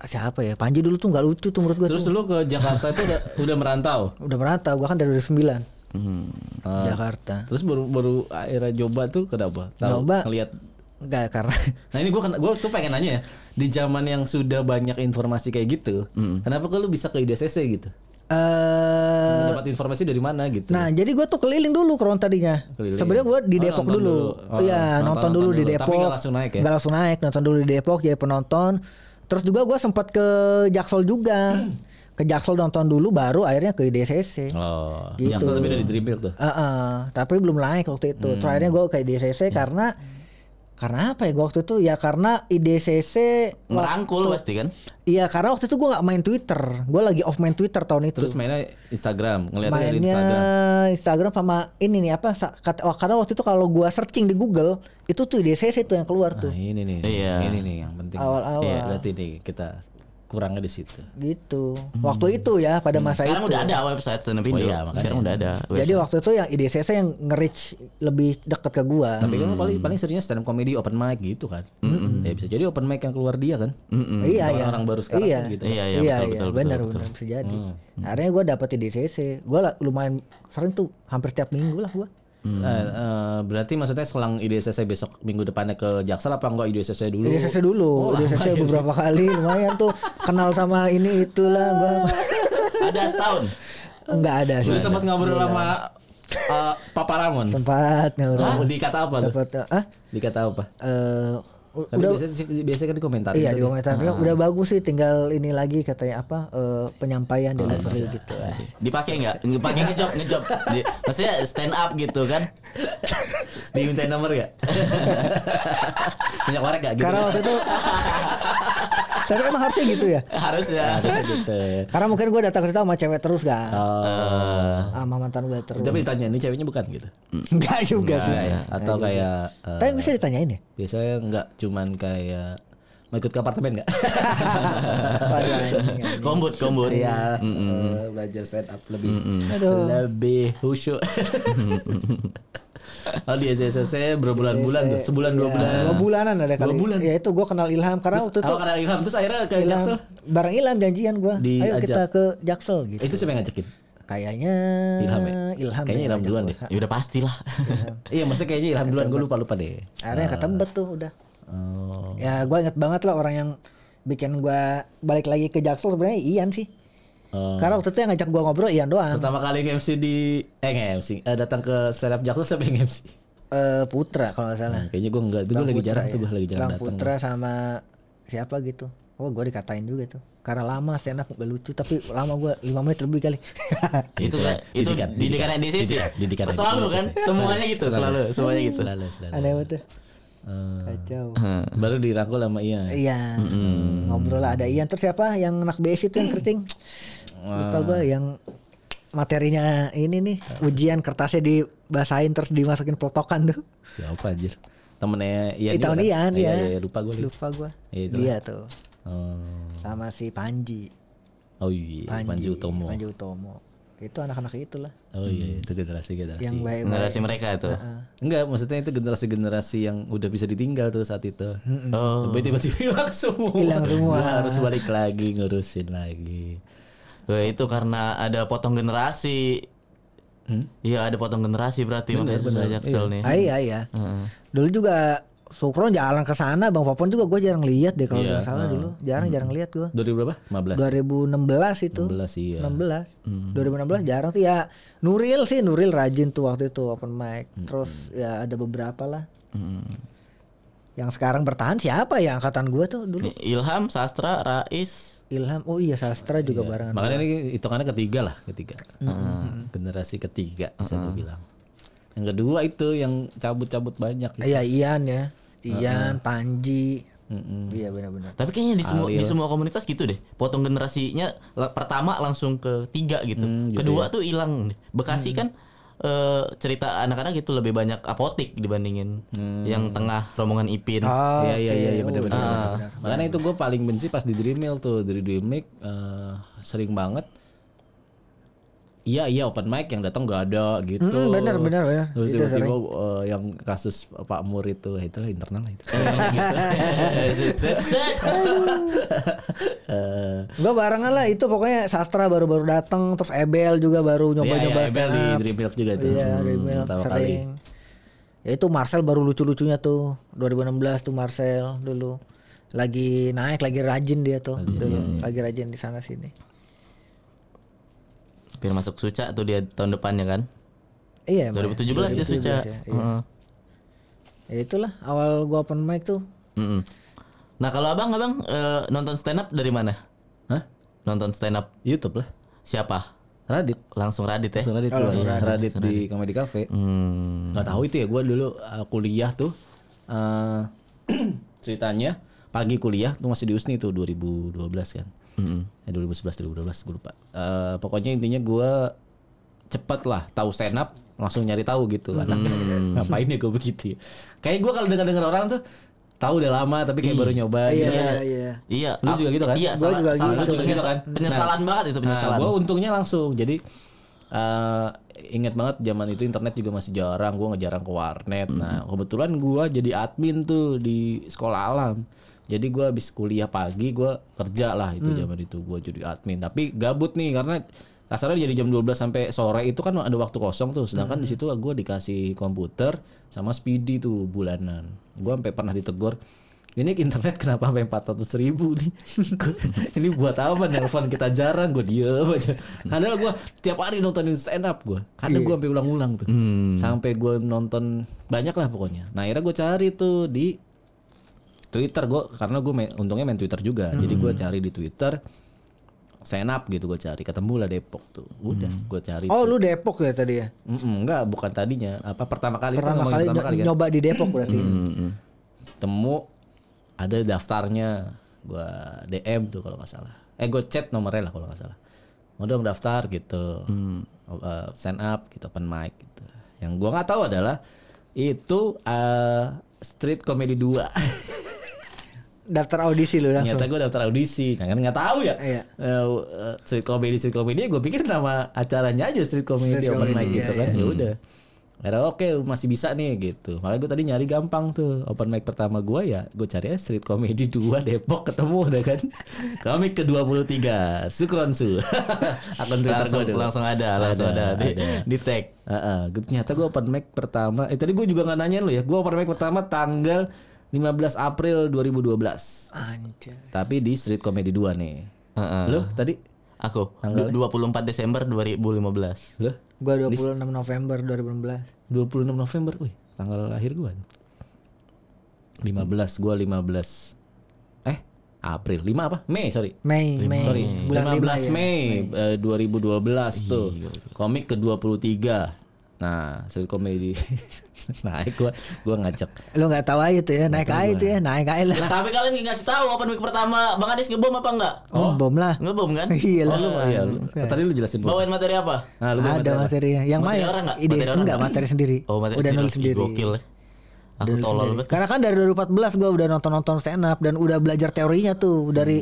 B: siapa ya? Panji dulu tuh nggak lucu tuh menurut gua
C: Terus
B: tuh.
C: lu ke Jakarta itu udah, udah merantau.
B: Udah merantau, gua kan dari 2009
A: Hmm.
B: Jakarta.
C: Terus baru baru akhirnya coba tuh kenapa? Tahu
B: Nyoba.
C: ngelihat
B: Enggak karena
C: Nah ini gue gue tuh pengen nanya ya di zaman yang sudah banyak informasi kayak gitu, kenapa kok lu bisa ke IDCC gitu?
B: eh
C: Dapat informasi dari mana gitu?
B: Nah, jadi gua tuh keliling dulu kron tadinya.
C: Keliling.
B: Sebenarnya gua di
C: Oh,
B: Depok
C: nonton
B: dulu.
C: dulu. Oh,
B: Iya,
C: nonton-
B: nonton, dulu
C: nonton
B: di
C: dulu.
B: Depok.
C: Tapi nggak langsung naik ya?
B: Nggak langsung naik, nonton dulu di Depok jadi penonton. Terus juga gua sempat ke Jaksel juga. Ke Jaksel nonton dulu baru akhirnya ke DCC.
C: Hmm. oh,
B: Gitu.
C: yang satu beda di Dreamfield tuh.
B: Heeh, tapi belum naik waktu itu.
C: Hmm.
B: Terakhirnya gue kayak IDCC karena karena apa ya gue waktu itu ya karena IDCC
A: Merangkul pasti kan.
B: Iya karena waktu itu gue nggak main Twitter, gue lagi off main Twitter tahun itu.
C: Terus mainnya Instagram, ngeliatnya dari
B: mainnya Instagram.
C: Instagram.
B: sama ini nih apa? sa- Kata, wah, karena waktu itu kalau gue searching di Google itu tuh IDCC tuh yang keluar tuh
C: Nah, ini nih,
A: Iya.
C: ini nih yang penting.
B: Awal-awal.
C: Iya, berarti nih kita kurangnya di situ.
B: gitu. Waktu itu ya pada masa
A: Hmm. Sekarang
B: itu.
A: udah ya, ada website stand up Indo.
C: iya, makanya.
A: Sekarang udah ada.
B: Jadi waktu itu yang IDCC yang nge-reach lebih deket ke gue.
C: Tapi kan paling paling seringnya stand up comedy open mic gitu kan. Ya bisa jadi open mic yang keluar dia kan.
A: Hmm,
B: Iya
C: Orang-
B: iya.
C: orang baru sekarang
B: iya.
C: kan gitu.
A: Iya, iya, betul, betul, betul,
B: benar
A: betul. Hmm,
B: benar bisa jadi. Akhirnya gue dapet di DCC. Gue lumayan sering tuh, hampir tiap minggu lah gue.
C: Eh, eh, berarti maksudnya selang IDCC besok minggu depannya ke Jaksel apa enggak IDCC dulu?
B: Di DCC dulu,
A: Oh,
B: di
A: ya,
B: DCC beberapa kali lumayan tuh kenal sama ini itulah gue.
A: ada setahun.
B: Enggak ada sih.
C: Lu sempat ngobrol sama eh, Papa Ramon.
B: Sempat
C: Hah?
B: ngobrol.
C: Dikata apa lu?
B: Sempat ah
C: Dikata apa?
B: eh, u-
C: Kan
B: udah
C: biasanya, sih- biasanya kan di komentar.
B: Iya di komentar udah bagus sih tinggal ini lagi katanya apa eh, penyampaian
C: Oh,
B: delivery
C: iya.
B: gitu.
C: eh.
A: Dipakai nggak? Dipakai ngejob, ngejob. Di- Maksudnya stand up gitu kan.
C: Diminta nomor gak? Banyak warga gak gitu?
B: Karena waktu itu Tapi emang harusnya gitu ya.
A: Harusnya.
C: Harusnya gitu.
B: Karena mungkin gue datang ke situ sama cewek terus kan.
C: Oh.
B: Sama mantan gue terus.
C: Tapi ditanya ini ceweknya bukan gitu.
B: Enggak juga sih.
C: Enggak ya? Atau kayak eh,
B: Tapi bisa ditanyain ya?
C: biasanya enggak cuman kayak mau ikut ke apartemen enggak?
B: Waduh, anjing, anjing.
A: Kombut, kombut.
C: Iya, eh, belajar stand up lebih lebih khusyuk. oh di SSC berbulan-bulan tuh, sebulan Iya, dua
B: Ya,
C: bulan.
B: Dua bulanan ada kali.
C: Dua bulan.
B: Ya itu gue kenal Ilham karena waktu itu
C: Tahu karena Ilham terus akhirnya ke
B: Ilham
C: Jaksel.
B: bareng Ilham janjian gue. Ayo
C: Diajak.
B: kita ke Jaksel gitu.
C: Eh, Itu siapa yang ngajakin?
B: Kayaknya
C: Ilham
B: Ilham
C: ya? Kayaknya
B: yang
C: Ilham
B: ngajak
C: duluan
B: gua.
C: deh.
A: Ya udah pastilah.
C: Iya, maksudnya kayaknya Ilham duluan gue lupa lupa deh.
B: Akhirnya
C: Ah.
B: ketebet tuh udah.
C: Oh.
B: Ya gue inget banget lah orang yang bikin gue balik lagi ke Jaksel sebenarnya Ian sih.
C: Oh.
B: Karena waktu itu yang ngajak gue ngobrol Ian doang.
C: Pertama kali MC di eh nggak MC eh, datang ke stand up Jakarta siapa yang MC?
B: Eh, Putra kalau nggak salah.
C: Nah, kayaknya gue enggak, gue
B: Bang
C: lagi
B: Putra,
C: jarang tuh
B: ya.
C: gue lagi jarang
B: Bang
C: datang.
B: Putra sama siapa gitu. Oh gue dikatain juga tuh. Karena lama stand up gak lucu tapi lama gue 5 menit lebih kali.
A: itu kan itu
C: Didikan,
A: didikan
C: didikan.
A: NDCC ya?
C: Didikan
A: selalu
C: NDCC.
A: kan semuanya gitu selalu semuanya gitu
C: Selalu, selalu.
B: Aneh banget tuh.
C: Eh,
B: Kacau.
C: baru dirangkul sama Ian.
B: Iya. Ngobrol lah ada Ian terus siapa yang anak BS itu yang keriting. Lupa gue yang materinya ini nih ujian kertasnya dibasahin terus dimasukin pelotokan tuh.
C: Siapa anjir? Temennya Ian.
B: Itu
C: juga kan?
B: Ian
C: Iya,
B: ya.
C: iya, iya, lupa gue.
B: Lupa gue.
C: Iya, itulah.
B: Dia tuh
C: Oh.
B: sama si Panji.
C: Oh iya, Panji Utomo.
B: Panji Utomo. Itu anak-anak itulah
C: Oh iya, itu generasi generasi.
B: yang baik-baik.
A: generasi mereka itu
C: Enggak, maksudnya itu generasi-generasi yang udah bisa ditinggal tuh saat itu.
A: oh
C: Tapi tiba-tiba hilang semua.
B: Hilang semua.
C: Gua harus balik lagi ngurusin lagi.
A: Wah, itu karena ada potong generasi
C: Hmm?
A: iya ada potong generasi berarti makanya susah jaksel nih
B: Ah, iya iya. Dulu juga Sukron jalan ke sana, Bang Popon juga gue jarang lihat deh kalau
C: Iya,
B: nggak salah dulu. Jarang jarang lihat gue.
C: 2000 berapa? 15.
B: 2016 itu.
C: 16 iya.
B: 16. 2016 jarang tuh ya. Nuril sih, Nuril rajin tuh waktu itu open mic.
C: Hmm.
B: Terus ya ada beberapa lah.
C: Ah.
A: Hmm.
B: Yang sekarang bertahan siapa ya angkatan gue tuh dulu?
A: Nih, Ilham Sastra Rais
B: Ilham. Oh iya Sastra juga barengan.
C: Makanya ini hitungannya ketiga lah, ketiga. Generasi ketiga bisa dibilang. Yang kedua itu yang cabut-cabut banyak.
B: Ah, Iya Ian ya. Ian, Panji.
C: Hmm.
B: Iya benar-benar.
A: tapi kayaknya di semua di semua komunitas gitu deh potong generasinya la- pertama langsung ke tiga gitu kedua tuh hilang nih. Bekasi kan eh, cerita anak-anak itu lebih banyak apotik dibandingin yang tengah rombongan Ipin
B: Ah,
C: Iya iya iya iya,
B: oke.
C: benar-benar.
B: Oh, iya,
C: Ah. Makanya itu gue paling benci pas di Dream Mill tuh dari Dream Mill eh, sering banget. Iya iya open mic yang datang gak ada gitu.
B: Mm, benar, benar, benar.
C: Terus
B: Itu
C: tiba-tiba eh, yang kasus Pak Mur itu ya itulah internal lah itu.
B: Iya.
A: Set, set.
C: Eh,
B: Gue barengan lah itu pokoknya sastra baru-baru datang terus Ebel juga baru nyoba-nyoba
C: Iya, iya,
B: stand
C: ML di
B: up.
C: Dream Milk juga tuh.
B: Iya,
C: Hmm,
B: Rebel
C: pertama kali.
B: sering. Ya itu Marcel baru lucu-lucunya tuh 2016 tuh Marcel dulu lagi naik lagi rajin dia tuh dulu lagi rajin di sana sini.
A: Biar masuk Suca tuh dia tahun depannya kan
B: Iya. emang ya.
A: 2017 dia Suca Ah.
B: 2017 ya, iya.
A: Heeh.
B: Ya itulah awal gua open mic tuh.
A: Mm-mm. Nah kalau abang abang eh, nonton stand up dari mana?
C: Hah?
A: Nonton stand up
C: YouTube lah.
A: siapa?
C: Radit.
A: Langsung Radit ya? Hmm.
C: Langsung Radit, tuh, Radit, di Comedy Cafe. Nggak tahu itu ya gue dulu uh, kuliah tuh eh, ceritanya pagi kuliah tuh masih di USNI tuh 2012 kan. Eh, 2011 2012 gue lupa. Eh, pokoknya intinya gue cepet lah tahu stand up langsung nyari tahu gitu anak ngapain ya gue begitu ya. kayak gue kalau dengar dengar orang tuh tahu udah lama tapi kayak baru
B: Iya
C: nyoba gitu.
B: iya iya.
A: Iya.
C: Lu juga gitu kan?
A: Iya.
B: Gua
A: Salah,
B: juga
A: salah
B: gitu.
A: satu
C: Lu juga
A: penyesal-
C: gitu kan?
A: penyesalan banget itu penyesalan.
C: gue untungnya langsung. Jadi eh ingat banget zaman itu internet juga masih jarang. Gue ngejarang ke warnet. Nah kebetulan gue jadi admin tuh di sekolah alam. Jadi gue habis kuliah pagi gue kerja lah itu zaman itu gue jadi admin. Tapi gabut nih karena kasarnya jadi jam 12 sampai sore itu kan ada waktu kosong tuh. Sedangkan di situ gue dikasih komputer sama speedy tuh bulanan. Gue sampai pernah ditegur ini internet kenapa sampai 400 ribu nih ini buat apa nelfon kita jarang gue diem aja karena gue tiap hari nontonin stand up gue
B: Iya.
C: karena gue sampai ulang-ulang tuh
B: Hmm.
C: sampai gue nonton banyak lah pokoknya nah akhirnya gue cari tuh di Twitter gue karena gue untungnya main Twitter juga jadi gue
B: Hmm.
C: cari di Twitter stand up gitu gue cari ketemu lah Depok tuh udah gue cari
B: Oh lu Depok ya tadi ya.
C: Mm-mm, enggak bukan tadinya apa pertama kali kan? itu
B: Pertama
C: ngomongin
B: kali, kan? Hmm. nyoba di Depok berarti.
C: temu ada daftarnya gua DM tuh kalau nggak salah eh gue chat nomornya lah kalau nggak salah mau dong daftar gitu Eh, stand up gitu open mic gitu yang gua nggak tahu adalah itu eh, street comedy 2
B: Daftar audisi lu langsung.
C: Ternyata gue daftar audisi, nah, kan nggak tahu ya.
B: Iya.
C: Eh, w- eh, street comedy, street comedy, gue pikir nama acaranya aja street comedy
B: Street
C: open mic
B: comedy,
C: gitu
B: iya,
C: kan, ya udah. Akhirnya oke masih bisa nih gitu. Malah gue tadi nyari gampang tuh. Open mic pertama gue ya gue cari aja street comedy 2 Depok ketemu udah kan. Komik ke-23 Sukronsu. Akun Twitter
A: langsung,
C: gue dulu.
A: langsung ada, langsung ada, di, di tag.
C: Heeh, gue- ternyata gue open mic pertama. Eh tadi gue juga nggak nanyain lu ya. Gue open mic pertama tanggal 15 April 2012.
B: Anjir.
C: Tapi di Street Comedy 2 nih.
A: Heeh.
C: Lu tadi
A: Aku
C: Tanggalnya?
A: du- 24 Desember 2015.
C: lu
B: Gua 26 November 2016.
C: 26 November, wih, tanggal lahir gua. 15, gua 15. Eh, April. 5 apa? Mei, sorry.
B: Mei, Mei.
C: Sorry,
B: Bulan
C: 15
B: 15
C: Mei, Iya, eh, 2012 tuh. Komik ke-23. Nah, street comedy naik gua, gua ngacak.
B: Lu nggak tahu aja tuh ya, naik aja tuh ya, naik aja lah.
A: Nah, tapi kalian nggak ngasih tahu open mic pertama Bang Adis ngebom apa enggak?
B: Oh, bom lah.
A: Ngebom kan?
B: Iya lah.
C: Oh, iya, lu- tadi lu jelasin gua.
A: Bawain materi apa?
C: Nah, lu bawa
B: Ada
C: materi apa?
B: materinya. Yang
A: Materi
B: main
A: orang nggak?
B: ide
A: Materi orang
B: enggak
A: nggak?
B: materi sendiri.
A: Oh, materi
B: udah
A: sendiri.
B: nulis
A: Ih,
B: sendiri.
A: Gokil. ya. Aku
B: Nulis
A: tolol
B: sendiri.
A: banget.
B: Karena kan dari 2014 gua udah nonton-nonton stand up dan udah belajar teorinya tuh dari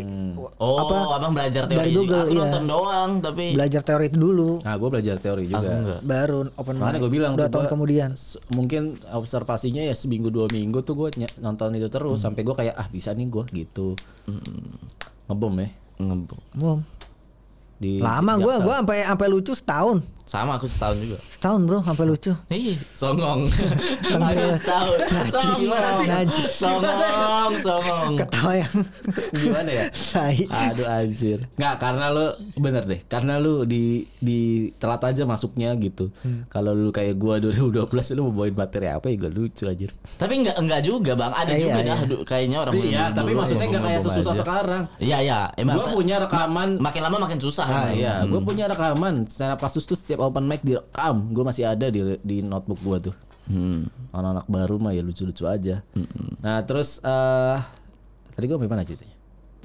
A: Oh,
B: apa?
A: abang belajar teori
B: Dari
A: juga.
B: Google,
A: Aku
B: iya.
A: nonton doang, tapi
B: Belajar teori itu dulu
C: Nah, gua belajar teori juga.
A: enggak.
B: baru open mic.
C: Makanya gue bilang
B: dua
C: tuh
B: tahun
C: gua
B: kemudian.
C: s- mungkin observasinya ya seminggu dua minggu tuh gue nonton itu terus sampai gue kayak ah bisa nih gue gitu ngebom ya
A: Ngebom.
B: Bom.
A: Iya,
C: di
B: Lama
C: di
B: gua
C: Jakarta.
B: gua sampai sampai lucu setahun.
A: Sama aku setahun juga.
B: Setahun, Bro, sampai lucu.
A: Ih, songong. Aku
B: Iya.
A: setahun. Songong.
B: Najis.
A: Songong, songong.
B: Ketawa yang
C: gimana ya
B: tai.
C: aduh anjir nggak karena lu bener deh karena lu di di telat aja masuknya gitu kalau lu kayak gua 2012 lu mau bawain materi apa ya gak lucu anjir
A: Tapi enggak enggak juga, Bang. Ada
B: Iya,
A: juga
B: iya.
A: dah du- kayaknya orang
C: iya tapi maksudnya
A: enggak
C: nggak kayak sesusah sekarang
A: Iya, iya. Emang
C: gua
A: se-
C: punya rekaman
A: makin lama makin susah.
C: Ah
A: emang.
C: iya,
B: Hmm.
C: gue punya rekaman stand up kasus tuh setiap open mic direkam, gue masih ada di di notebook gue tuh.
B: Hmm.
C: Anak-anak baru mah ya lucu-lucu aja. Nah terus eh tadi gue mana ceritanya?
B: Iya.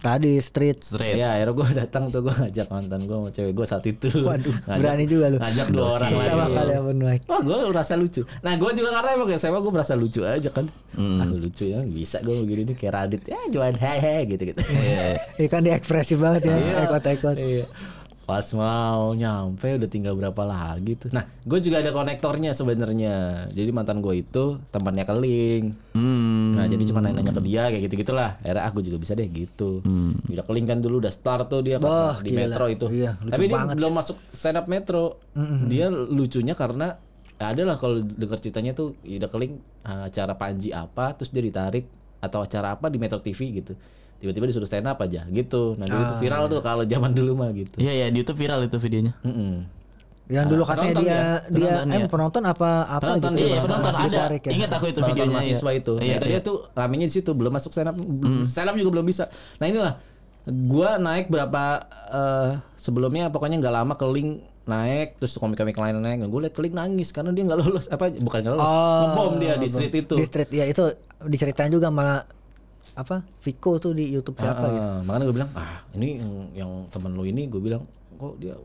B: Tadi street
A: Straight.
C: Ya, akhirnya gue datang tuh gue ngajak mantan gue sama cewek gue saat itu.
B: Waduh,
C: Ngajak-
B: berani juga lu.
C: Ngajak dua
A: Nah,
C: orang
A: iya.
B: Kita
C: lagi.
B: bakal open mic.
C: Wah gue merasa lucu Nah gue juga karena emang SMA gue merasa lucu aja kan
B: Hmm.
C: Aku lucu ya Bisa gue begini nih kayak Radit Ya join hehe gitu-gitu
B: Iya kan dia ekspresif banget ya, ekot-ekot.
C: Iya. Pas mau nyampe udah tinggal berapa lagi tuh. Nah, gue juga ada konektornya sebenarnya. Jadi mantan gue itu temannya Keling.
B: Hmm.
C: Nah, jadi cuma nanya ke dia kayak gitu-gitulah. Akhirnya aku juga bisa deh gitu. Udah Keling kan dulu udah start tuh dia
B: Hmm. Wah,
C: karena di
B: gila.
C: Metro itu.
B: Iya, lucu
C: Tapi dia
B: banget.
C: belum masuk stand up Metro. Dia lucunya karena ya adalah kalau denger ceritanya tuh udah Keling eh, acara Panji apa terus dia ditarik atau acara apa di Metro TV gitu. Tiba-tiba disuruh stand up aja gitu. Nah, dulu tuh viral tuh kalau zaman dulu mah gitu.
A: Iya ya di YouTube viral itu videonya.
C: Mm-mm.
B: Yang dulu katanya
C: Penonton
B: dia
C: ya?
A: Nah,
B: dia
A: Penonton
B: em
A: ya?
B: penonton apa apa
C: Penonton,
B: gitu.
A: Iya,
C: Iya,
A: penonton
B: masih
A: ada.
B: ditarik ya.
A: Ingat aku itu
C: Penonton
A: videonya.
C: mahasiswa
A: iya.
C: itu.
A: Iya,
C: Nah, tadi
A: iya. Hmm.
C: itu ramenya di situ belum masuk stand up. Stand up juga belum bisa. Nah, inilah gua naik berapa eh, sebelumnya pokoknya nggak lama ke link naik terus komik-komik lain naik gue liat ke link nangis karena dia nggak lolos apa bukan nggak lolos
A: Oh.
C: ngebom dia di street
A: Gitu.
C: itu
B: Di street ya itu diceritain juga sama apa Viko tuh di YouTube siapa gitu.
C: Ah, makanya gue bilang ah ini yang, yang temen lu ini gue bilang kok dia dia-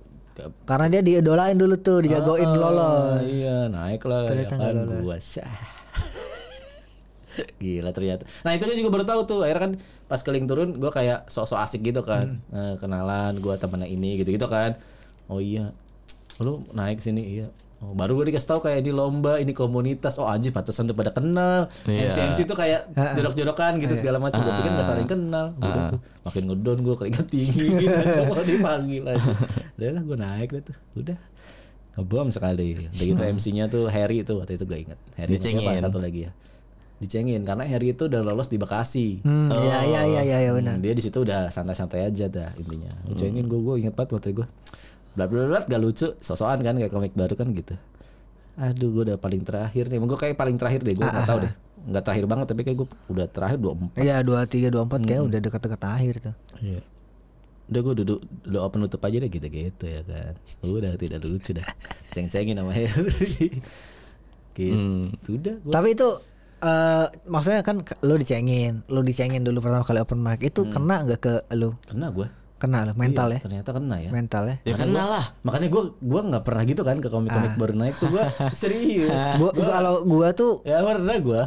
B: Karena dia diidolain dulu tuh, dijagoin
A: Oh.
B: lolos.
C: Ah, iya naik lah
B: Ternyata
C: ya
B: nggak
C: kan gua syah gila ternyata nah itu dia juga baru tahu tuh akhirnya kan pas keling turun gua kayak sok-sok asik gitu kan Eh,
B: Hmm.
C: kenalan gua temennya ini gitu gitu kan oh iya lu naik sini iya Oh, baru gue dikasih tahu kayak di lomba ini komunitas oh anjir pantesan udah pada kenal
A: Iya.
C: MC MC tuh kayak jodoh-jodokan gitu segala macam gue pikir gak saling kenal Udah tuh makin ngedon gue keringat tinggi gitu. semua dipanggil aja udah lah gue naik deh tuh udah ngebom sekali begitu MC-nya tuh Harry tuh waktu itu gue inget Harry maksudnya
A: Dicengin.
C: Pak, satu lagi ya dicengin karena Harry itu udah lolos di Bekasi
B: Hmm, ya ya ya ya ya benar.
C: Hmm, dia di situ udah santai-santai aja dah intinya. Cengin gue gue inget banget waktu gue. Bla bla bla gak lucu, sosokan kan kayak komik baru kan gitu. Aduh gue udah paling terakhir nih. Emang gue kayak paling terakhir deh, gue nggak tahu deh. Nggak terakhir banget tapi kayak gue udah terakhir 24.
B: Iya 23 24 kayak
A: Hmm.
B: udah dekat-dekat akhir tuh.
C: Iya. Udah gue duduk duduk open nutup aja deh gitu-gitu ya kan. Udah tidak lucu dah. Ceng-cengin sama Harry. gitu. Udah gue
B: Tapi itu eh maksudnya kan ke- lu dicengin, lu dicengin dulu pertama kali open mic itu
A: Hmm.
B: kena nggak ke lu?
C: kena gue.
B: Kena lu mental
A: Iya.
B: ya?
C: Ternyata kena ya.
B: Mental ya?
A: Ya kenal lah.
C: Makanya gue gua nggak pernah gitu kan ke komik-komik baru naik tuh gue serius.
A: Ah.
B: Gua, gua- kalau gua tuh
C: Ya pernah gua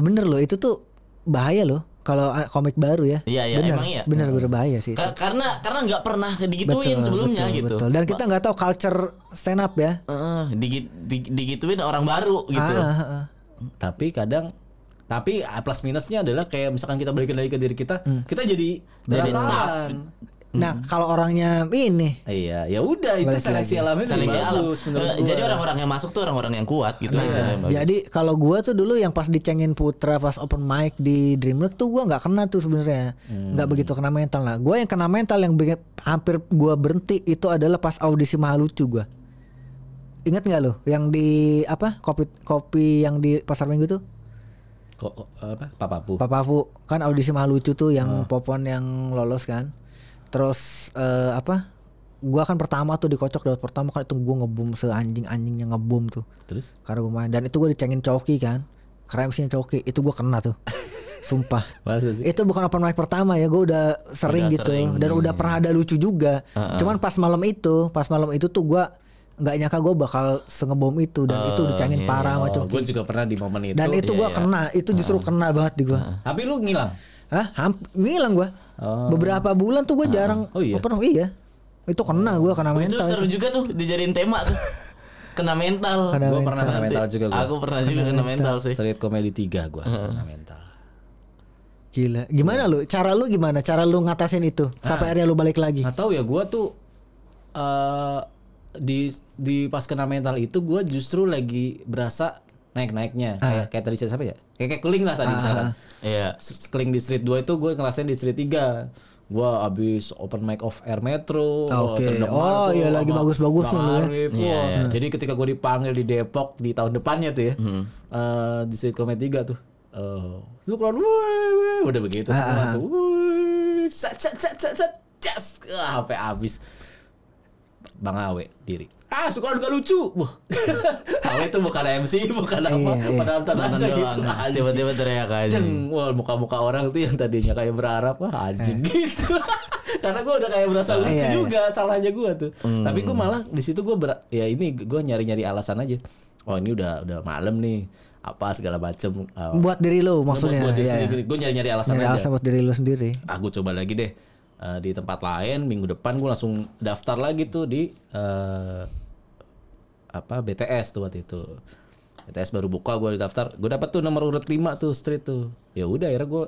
B: bener loh itu tuh bahaya loh kalau uh, komik baru ya.
A: Iya, iya,
B: bener,
A: emang iya.
B: bener berbahaya sih.
A: Ka- karena karena nggak pernah digituin sebelumnya
B: betul,
A: gitu.
B: betul. Dan kita nggak tahu culture stand up ya.
A: Heeh, digi- dig- digituin orang baru gitu.
B: Ah, ah, ah.
C: tapi kadang tapi ah, plus minusnya adalah kayak misalkan kita balikin lagi ke diri kita kita jadi
A: Hmm. Jadi
C: perasaan
A: Hmm.
B: Nah, kalau orangnya ini
C: iya ya udah itu
B: Balik
C: seleksi
B: lagi.
C: alamnya lebih
A: Seleksi alam.
C: bagus menurut
A: Eh,
C: gua. Nah, iya.
A: jadi orang-orang yang masuk tuh orang-orang yang kuat gitu. aja, yang bagus.
B: Jadi kalau gua tuh dulu yang pas dicengin Putra pas open mic di Dreamlab tuh gua nggak kena tuh sebenarnya.
A: Hmm.
B: nggak begitu kena mental lah. Gua yang kena mental yang bikin hampir gua berhenti itu adalah pas audisi Maha Lucu gua. Ingat nggak lo yang di apa kopi kopi yang di pasar minggu tuh
C: Kok kok, apa papapu
B: Pak Papu kan audisi Maha Lucu tuh
A: Ah.
B: yang Popon yang lolos kan. Terus eh, apa? Gua kan pertama tuh dikocok dapat pertama kan itu gua ngebum seanjing anjingnya ngebum tuh.
C: terus
B: karena gue main dan itu gue dicengin coki kan karena MC-nya coki itu gue kena tuh sumpah
C: masa sih
B: itu bukan open mic pertama ya gue udah sering
A: Udah
B: gitu
A: sering. Ah,
B: dan udah pernah ada lucu juga cuman pas malam itu pas malam itu tuh gue nggak nyangka gue bakal sengebom itu dan itu
A: iya,
B: dicengin parah sama
C: oh, gue
B: coki
C: juga pernah di momen itu
B: dan itu
A: iya,
B: gue
A: iya.
B: kena itu justru kena banget di gue
C: tapi lu ngilang
B: Hah? Hamp- ngilang gue
C: Oh.
B: beberapa bulan tuh gue jarang
C: Oh, iya.
B: open mic. iya itu kena gue kena
A: itu
B: mental
A: seru
B: itu.
A: juga tuh dijadiin tema tuh. Kena mental.
B: Kena
C: gue pernah kena mental juga gue
A: Aku pernah juga kena mental sih.
C: Street komedi 3 gue kena mental
B: gila gimana lu cara lu gimana cara lu ngatasin itu
C: Ah.
B: sampai akhirnya lu balik lagi
C: nggak tahu ya gue tuh eh di di pas kena mental itu gue justru lagi berasa naik naiknya
A: Ah.
C: kayak kayak tadi siapa ya kayak, kayak keling lah tadi misalkan
A: Iya.
C: S- keling di street 2 itu gue ngerasain di street 3 gue abis open mic of air metro wah,
B: Oke.
C: terdemar
B: Oh,
C: tuh
B: iya,
C: sama
B: lagi bagus-bagusnya
C: Bang
B: lu ya.
C: Arif, wah. jadi ketika gue dipanggil di Depok di tahun depannya tuh ya eh, di street comedy 3 tuh eh, lu keluar "Wuih, wuih," udah begitu
B: Ah,
C: semua tuh "Wuih, set set set set set jas." Ah, sampai habis Bang Awe diri. Ah, Sukolan gak lucu. Wah. Awe itu bukan MC, bukan apa,
B: Iya, iya.
C: penonton
A: Nonton
C: aja
A: doang.
C: gitu. anjing.
A: Nah, Tiba-tiba teriak aja.
C: Deng, wah muka-muka orang tuh yang tadinya kayak berharap wah anjing gitu. Karena gue udah kayak berasa lucu
B: Eh. Iya, Hmm. iya.
C: juga salahnya gue tuh. Tapi gue malah di situ gue ber ya ini gue nyari-nyari alasan aja. Oh ini udah udah malam nih apa segala macem. Uh,
B: buat diri lu maksudnya
C: buat
B: ya, ya.
C: gue nyari-nyari alasan
B: Nyari
C: aja.
B: alasan buat diri lu sendiri
C: Ah gue coba lagi deh Eh, di tempat lain minggu depan gue langsung daftar lagi tuh di eh, apa BTS tuh waktu itu BTS baru buka gue daftar gue dapat tuh nomor urut 5 tuh street tuh ya udah akhirnya gue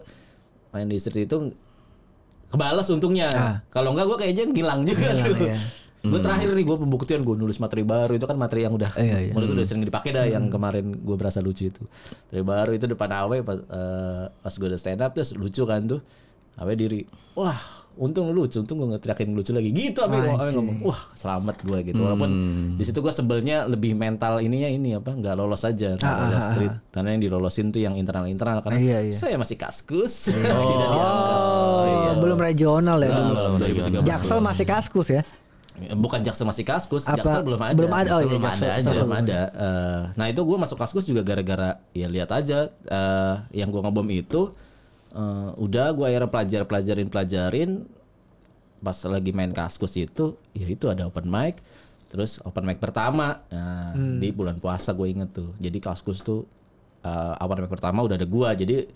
C: main di street itu kebalas untungnya kalau enggak gue kayaknya ngilang juga tuh
B: Ah. iya.
C: Gue terakhir nih gue pembuktian gue nulis materi baru itu kan materi yang udah
B: Iya, Hmm. iya.
C: menurut gue udah sering dipakai dah yang kemarin gue berasa lucu itu. Materi baru itu depan Awe pas, eh, pas gue udah stand up terus lucu kan tuh. Awe diri, wah untung lu lucu, untung gue ngeteriakin lucu lagi gitu Awe, ngomong- Awe ngomong, wah selamat gue gitu. Walaupun
B: Hmm.
C: di situ gue sebelnya lebih mental ininya ini apa nggak lolos aja nggak
B: Ah,
C: lolos street. Karena yang dilolosin tuh yang internal internal karena
B: Iya, Oh. iya.
C: saya masih kaskus. Tidak dianggap.
B: oh belum regional ya dulu
C: Iya. Belum, Iya, 2013.
B: Jaksel masih kaskus ya
C: bukan jaksa masih kaskus,
B: Apa?
C: jaksa belum ada.
B: Belum ada, oh iya,
C: belum
A: jaksa
C: ada,
A: belum
C: belum ada. Eh, nah itu gue masuk kaskus juga gara-gara ya lihat aja eh, yang gue ngebom itu eh, udah gue akhirnya pelajar pelajarin pelajarin pas lagi main kaskus itu ya itu ada open mic terus open mic pertama nah, di bulan puasa gue inget tuh jadi kaskus tuh eh, open mic pertama udah ada gue jadi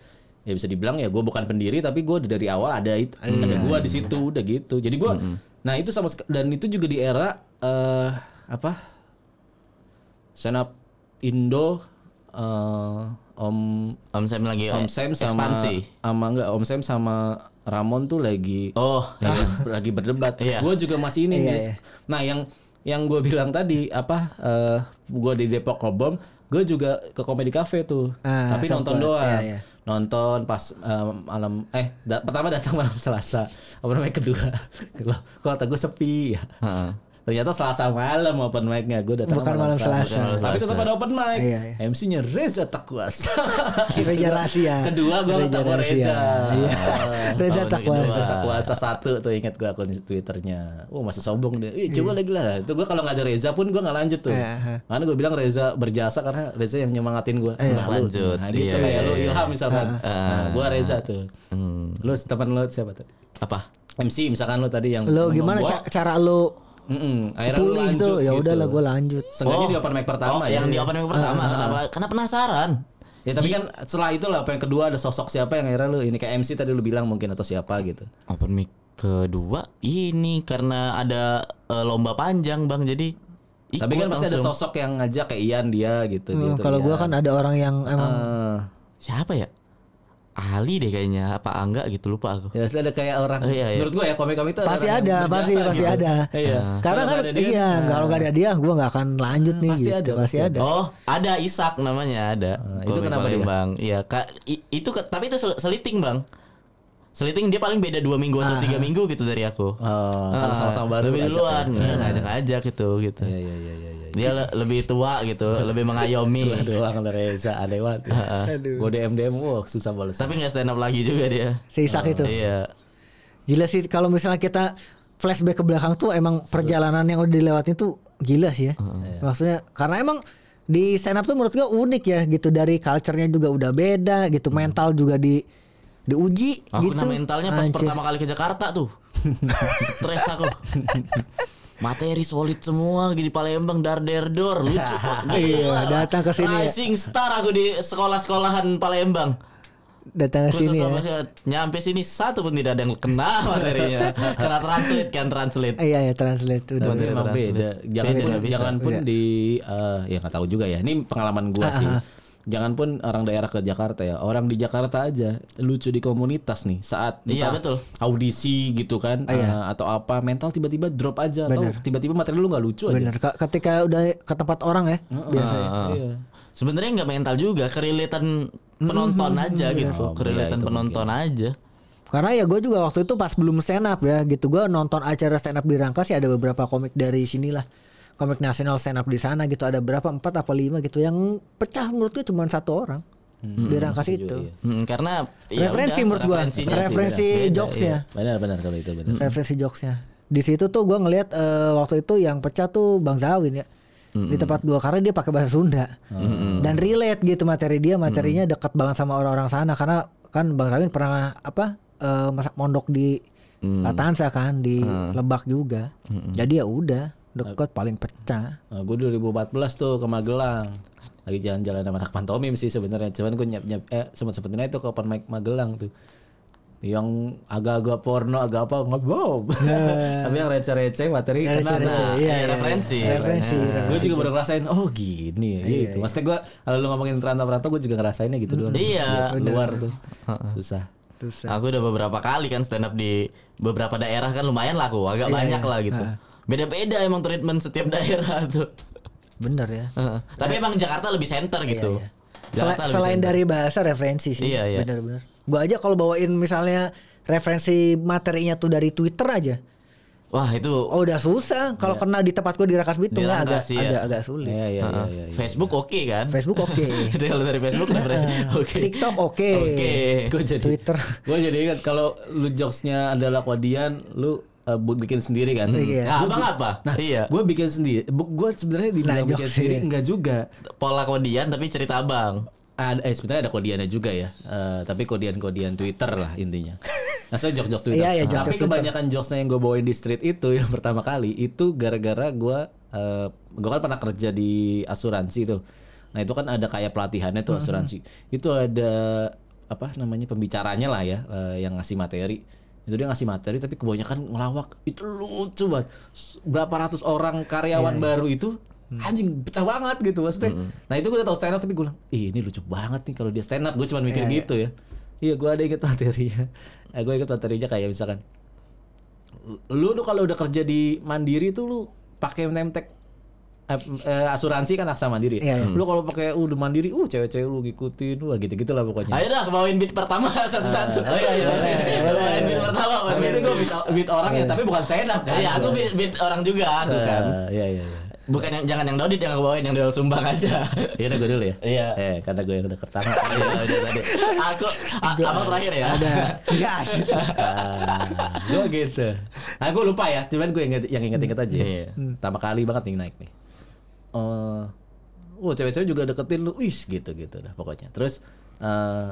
C: ya bisa dibilang ya gue bukan pendiri tapi gue dari awal ada it- ada gue di situ udah gitu jadi gue nah itu sama sek- dan itu juga di era eh apa stand up Indo eh, Om
A: Om Sam lagi eh,
C: Om Sam sama
A: Ya, ekspansi.
C: sama enggak Om Sam sama Ramon tuh lagi
A: Oh,
C: lagi, lagi berdebat.
A: Iya.
C: Gue juga masih ini.
B: Iya,
C: Nis.
B: iya.
C: Nah yang yang gue bilang tadi apa? gue di Depok Kobom, gue juga ke Comedy Cafe tuh.
B: Ah,
C: Tapi
B: sempet.
C: nonton doang.
B: Iya, iya.
C: Nonton pas eh, malam eh da- pertama datang malam Selasa. Apa namanya kedua? Loh, kok gue sepi ya.
A: Heeh.
C: Ternyata Selasa malam open mic-nya gue datang
B: Bukan malam Selasa.
A: Bukan malam
C: Tapi tetap
A: Selasa.
C: ada open mic.
B: Iya, iya.
C: MC-nya Reza Takwasa.
B: Si Reza Rahasia.
C: Kedua gue
B: Reza
C: ketemu Reza.
B: Rahasia. Iya. Reza
A: Tahun
B: Takwasa
A: kedua.
C: Reza Kuasa satu tuh inget gue akun Twitternya. Wah masa sombong deh. Ih, coba lagi lah. Itu gue kalau nggak ada Reza pun gue nggak lanjut tuh.
B: Iya.
C: Karena gue bilang Reza berjasa karena Reza yang nyemangatin gue. Nah, lu-
A: Lanjut.
C: Nah, gitu
A: Iya,
C: kayak
A: iya,
C: lu
A: iya.
C: Ilham misalkan. Nah, gue Reza tuh. Lu teman lu siapa tadi?
A: Hmm. Apa?
C: MC misalkan lu tadi yang
B: lo gimana
C: membuat-
B: ca- cara lu
C: Mm-mm, akhirnya lu
B: pulih
C: lanjut
B: tuh ya
C: gitu.
B: udahlah gue lanjut
C: Seenggaknya di open mic pertama
A: oh,
C: ya.
A: yang di open mic pertama kenapa? Karena penasaran.
C: Ya tapi kan setelah itu lah apa yang kedua ada sosok siapa yang akhirnya lu ini kayak MC tadi lu bilang mungkin atau siapa gitu.
A: Open mic kedua ini karena ada eh, lomba panjang bang jadi
C: tapi
A: ikut
C: kan pasti ada
A: langsung.
C: sosok yang ngajak kayak Ian dia gitu.
B: Hmm,
C: dia tuh
B: kalau
C: Ian.
B: gua kan ada orang yang emang
C: Eh,
A: siapa ya Ali deh kayaknya apa Angga gitu lupa aku
C: ya pasti ada kayak orang.
A: Oh, iya, iya.
C: Menurut gua ya komik-komik itu
B: pasti
C: orang yang
B: ada,
C: berjasa
B: pasti pasti
C: gitu.
B: ada.
C: Iya.
B: Karena
C: Kalau
B: kan
C: nggak ada dia, nah. Ah,
B: iya, kalau nggak ada dia gua nggak akan lanjut nih
C: pasti
B: gitu.
C: ada,
B: pasti
C: pasti
B: ada.
A: Oh, ada Isak namanya ada.
C: itu
A: Komik
C: kenapa dia?
A: Palembang. Iya, Kak, i- itu ke- tapi itu sel- seliting, Bang. Seliting dia paling beda dua minggu atau tiga minggu gitu dari aku.
C: Oh, Ah. karena
A: Ah,
C: sama-sama baru
A: lebih
C: ajak
A: duluan ya, ngajak-ngajak gitu gitu.
C: Iya iya iya iya. iya.
A: Dia le- lebih tua gitu, lebih mengayomi.
C: Doang kalau Reza aneh banget.
B: Ah,
C: Gue DM DM wah susah balas.
A: tapi nggak stand up lagi juga dia.
B: Si Isak
C: Ah.
B: itu.
A: Iya.
B: Gila sih kalau misalnya kita flashback ke belakang tuh emang perjalanan yang udah dilewatin tuh gila sih ya. Maksudnya karena emang di stand up tuh menurut gua unik ya gitu dari culture-nya juga udah beda gitu, mental juga di diuji
A: Mm. Aku
B: gitu.
A: kena mentalnya pas
B: Anjir.
A: pertama kali ke Jakarta tuh. Stres aku. Materi solid semua di Palembang dar der dor lucu.
B: Iya, datang ke sini ya.
A: Rising star aku di sekolah-sekolahan Palembang.
B: datang ke
A: Terus
B: sini ya.
A: sama ke- nyampe sini satu pun tidak ada yang kenal materinya. Karena translate kan translate.
B: Eh, Iya ya translate udah.
C: Tapi
A: Bener,
C: memang
A: bener,
C: beda.
A: asli.
C: Jangan
A: Beda,
C: pun,
A: nggak bisa. Iya.
C: jangan pun di eh, ya nggak tahu juga ya. Ini pengalaman
A: Ah,
C: gua sih. Jangan pun orang daerah ke Jakarta ya. Orang di Jakarta aja lucu di komunitas nih saat
A: Iya,
C: entah
A: betul. Ah, iya.
C: audisi gitu kan eh, atau apa mental tiba-tiba drop aja atau tiba-tiba materi lu nggak lucu aja.
B: Bener. Ke- Ketika udah ke tempat orang ya biasanya.
C: Iya.
A: Ah. Sebenarnya nggak mental juga, kerilitan penonton
B: Mhm.
A: aja
B: Ya,
A: gitu,
C: Oh, iya,
A: kerilitan
C: itu
A: penonton aja.
B: Karena ya gue juga waktu itu pas belum stand up ya gitu gue nonton acara stand up di Rangkas ya ada beberapa komik dari sinilah komik nasional stand up di sana gitu ada berapa empat apa lima gitu yang pecah menurut gue cuma satu orang di Rangkas itu
A: Hmm, karena ya
B: referensi
A: udah,
B: menurut gue
A: referensinya sih
B: referensi
A: beda. Beda,
B: jokesnya
C: Benar-benar kalau itu benar.
B: referensi jokesnya di situ tuh gue ngelihat eh, waktu itu yang pecah tuh Bang Zawin ya di tempat gue karena dia pakai bahasa Sunda dan relate gitu materi dia materinya dekat banget sama orang-orang sana karena kan Bang Zawin pernah apa eh, masak mondok di Latansa kan di Lebak juga jadi ya udah dekat paling pecah
C: Nah, gue 2014 tuh ke Magelang lagi jalan-jalan sama anak pantomim sih sebenarnya cuman gue nyap nyap eh sempat sebenarnya itu ke open mic Magelang tuh yang agak-agak porno agak apa ngobrol tapi yang receh-receh materi kena
A: Nah,
B: Ya. Iya,
A: iya,
B: iya.
A: referensi.
B: referensi
C: gue juga baru ngerasain oh gini
B: Iya,
C: ya gitu maksudnya gue kalau lu ngomongin rantau-rantau gue juga ngerasainnya gitu doang
A: Iya.
C: luar tuh susah
B: terus
A: Nah, Aku udah beberapa kali kan stand up di beberapa daerah kan lumayan lah aku, agak banyak lah gitu. Beda-beda emang treatment setiap daerah tuh.
B: bener ya
A: Heeh. Tapi emang Jakarta lebih center gitu.
B: Sel-
A: Jakarta lebih
B: selain
A: center.
B: dari bahasa referensi sih.
A: Iya, iya.
B: Benar-benar. Gua aja kalau bawain misalnya referensi materinya tuh dari Twitter aja.
A: Wah, itu
B: Oh, udah susah. Kalau kena di tempat gua di Rakas Bitung
A: Di
B: ya agak
A: Rangkas, iya.
B: agak agak sulit.
C: iya iya iya iya
A: Facebook oke kan?
B: Facebook oke.
A: Jadi kalau dari Facebook referensi oke.
B: TikTok oke.
A: Oke.
C: gue jadi
B: Twitter.
C: gue jadi ingat kalau lu jokesnya adalah Wadian lu eh, bu- bikin sendiri kan
B: Iya.
A: Nah, abang apa? iya.
C: Gue bikin sendiri. Gue sebenarnya dibilang
B: Nah, jokes
C: bikin sendiri
B: iya.
C: enggak juga.
A: Pola kodian tapi cerita abang.
C: Ada, eh sebenarnya ada kodiannya juga ya. Eh, tapi kodian-kodian Twitter lah intinya. Nah, saya jokes-jokes Twitter.
B: Iya, iya, jokes-jokes
C: tapi
B: Twitter.
C: kebanyakan jokesnya yang gue bawain di street itu yang pertama kali itu gara-gara gue gue kan pernah kerja di asuransi tuh. Nah itu kan ada kayak pelatihannya tuh asuransi. Itu ada apa namanya pembicaranya lah ya eh, yang ngasih materi itu dia ngasih materi tapi kebanyakan ngelawak itu lucu banget S- berapa ratus orang karyawan baru itu anjing pecah banget gitu maksudnya nah itu gue udah tau stand up tapi gue bilang Ih, ini lucu banget nih kalau dia stand up gue cuma mikir gitu ya iya gue ada inget materinya eh, gue inget materinya kayak misalkan lu tuh kalau udah kerja di Mandiri tuh lu pakai nemtek eh, eh, asuransi kan aksa mandiri.
B: Iya, iya.
C: Lu kalau pakai udah mandiri, uh cewek-cewek lu ngikutin, wah gitu-gitu lah pokoknya.
A: Ayo dah kebawain beat pertama satu-satu. Oh iya iya. Kebawain beat pertama.
C: Tapi Nah, itu gue beat, beat orang ya, tapi bukan stand up kan.
A: Iya, aku beat, beat orang juga aku kan.
C: Iya, iya, iya.
A: Bukan yang jangan yang dodit yang aku bawain yang dodol sumbang aja.
C: Iya, udah gue dulu ya.
A: Iya.
C: Eh, karena gue yang udah pertama.
A: Iya, udah tadi. Aku a- abang terakhir ya. Ada.
B: Enggak.
C: gue gitu. Nah, gue lupa ya, cuman gue inget, yang inget-inget aja. ya.
A: Iya.
C: Pertama kali banget nih naik nih. Eh, wah cewek-cewek juga deketin lu, wis gitu-gitu dah pokoknya. Terus eh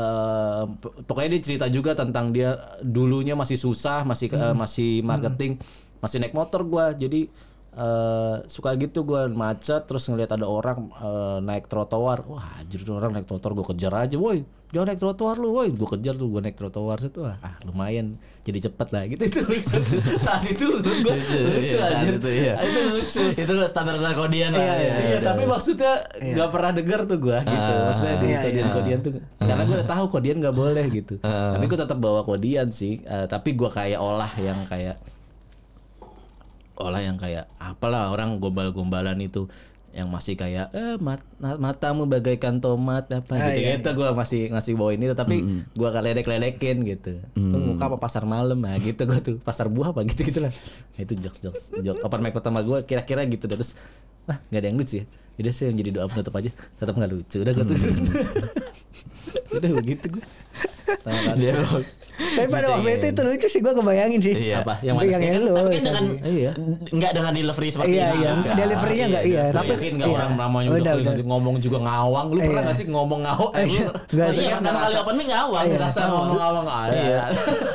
C: eh, po- pokoknya dia cerita juga tentang dia
A: Hmm.
C: dulunya masih susah, masih ke- eh, masih marketing, masih naik motor gua. Jadi eh, suka gitu gua macet terus ngelihat ada orang eh, naik trotoar wah anjir tuh orang naik trotoar gua kejar aja woi jangan naik trotoar lu woi gua kejar tuh gua naik trotoar situ wah, ah lumayan jadi cepet lah gitu itu lucu saat itu menurut gua
A: Lucu,
C: lucu
A: iya, saat
C: anjir Ah,
A: itu, iya.
C: itu lucu
A: itu standar kodian lah.
C: Iya, iya,
A: Iya,
C: tapi maksudnya nggak pernah denger tuh gua gitu. Maksudnya di
B: Iya,
C: kodian kodian tuh karena gua udah tahu kodian nggak boleh gitu. Tapi gua tetap bawa kodian sih. Eh, tapi gua kayak olah yang kayak olah yang kayak apalah orang gombal-gombalan itu yang masih kayak eh mat- na- matamu bagaikan tomat apa
B: Ah,
C: gitu
B: iya,
C: gitu gua masih ngasih bawain itu tapi gua gak ledek-ledekin gitu.
B: Mm.
C: Lu muka apa pasar malam nah gitu gua tuh pasar buah apa gitu gitulah. Nah, itu jokes jokes jokes open mic pertama gua kira-kira gitu deh. terus ah nggak ada yang lucu ya. Jadi saya yang jadi doa penutup aja tetap nggak lucu udah gua tuh.
B: Mm.
C: udah begitu gua. Pertama kali.
A: Dia emang-
B: Tapi pada waktu itu itu lucu sih gue kebayangin sih.
A: Iya.
C: apa
B: Yang
C: yang mana?
A: Ya
B: yang
A: kan,
B: lu.
A: Iya. tapi kan
B: tadi.
A: dengan
C: Iya.
A: nggak dengan delivery seperti
B: Iya,
A: ini.
B: iya.
A: Nggak.
B: Delivery-nya nggak, iya.
C: Tapi
B: Tapi-
C: yakin nggak
B: iya.
C: orang namanya
B: Udah,
C: udah,
B: udah.
C: kali ngomong juga ngawang. Lu pernah
B: Iya.
C: nggak sih ngomong ngawang? Eh,
B: Iya,
C: lu-
A: Iya,
B: nggak sih.
C: maksudnya
A: pertama kali
C: ngerasa-
A: open mic awal
B: Iya.
C: ngerasa ngomong ngawang nggak ada.
A: Iya.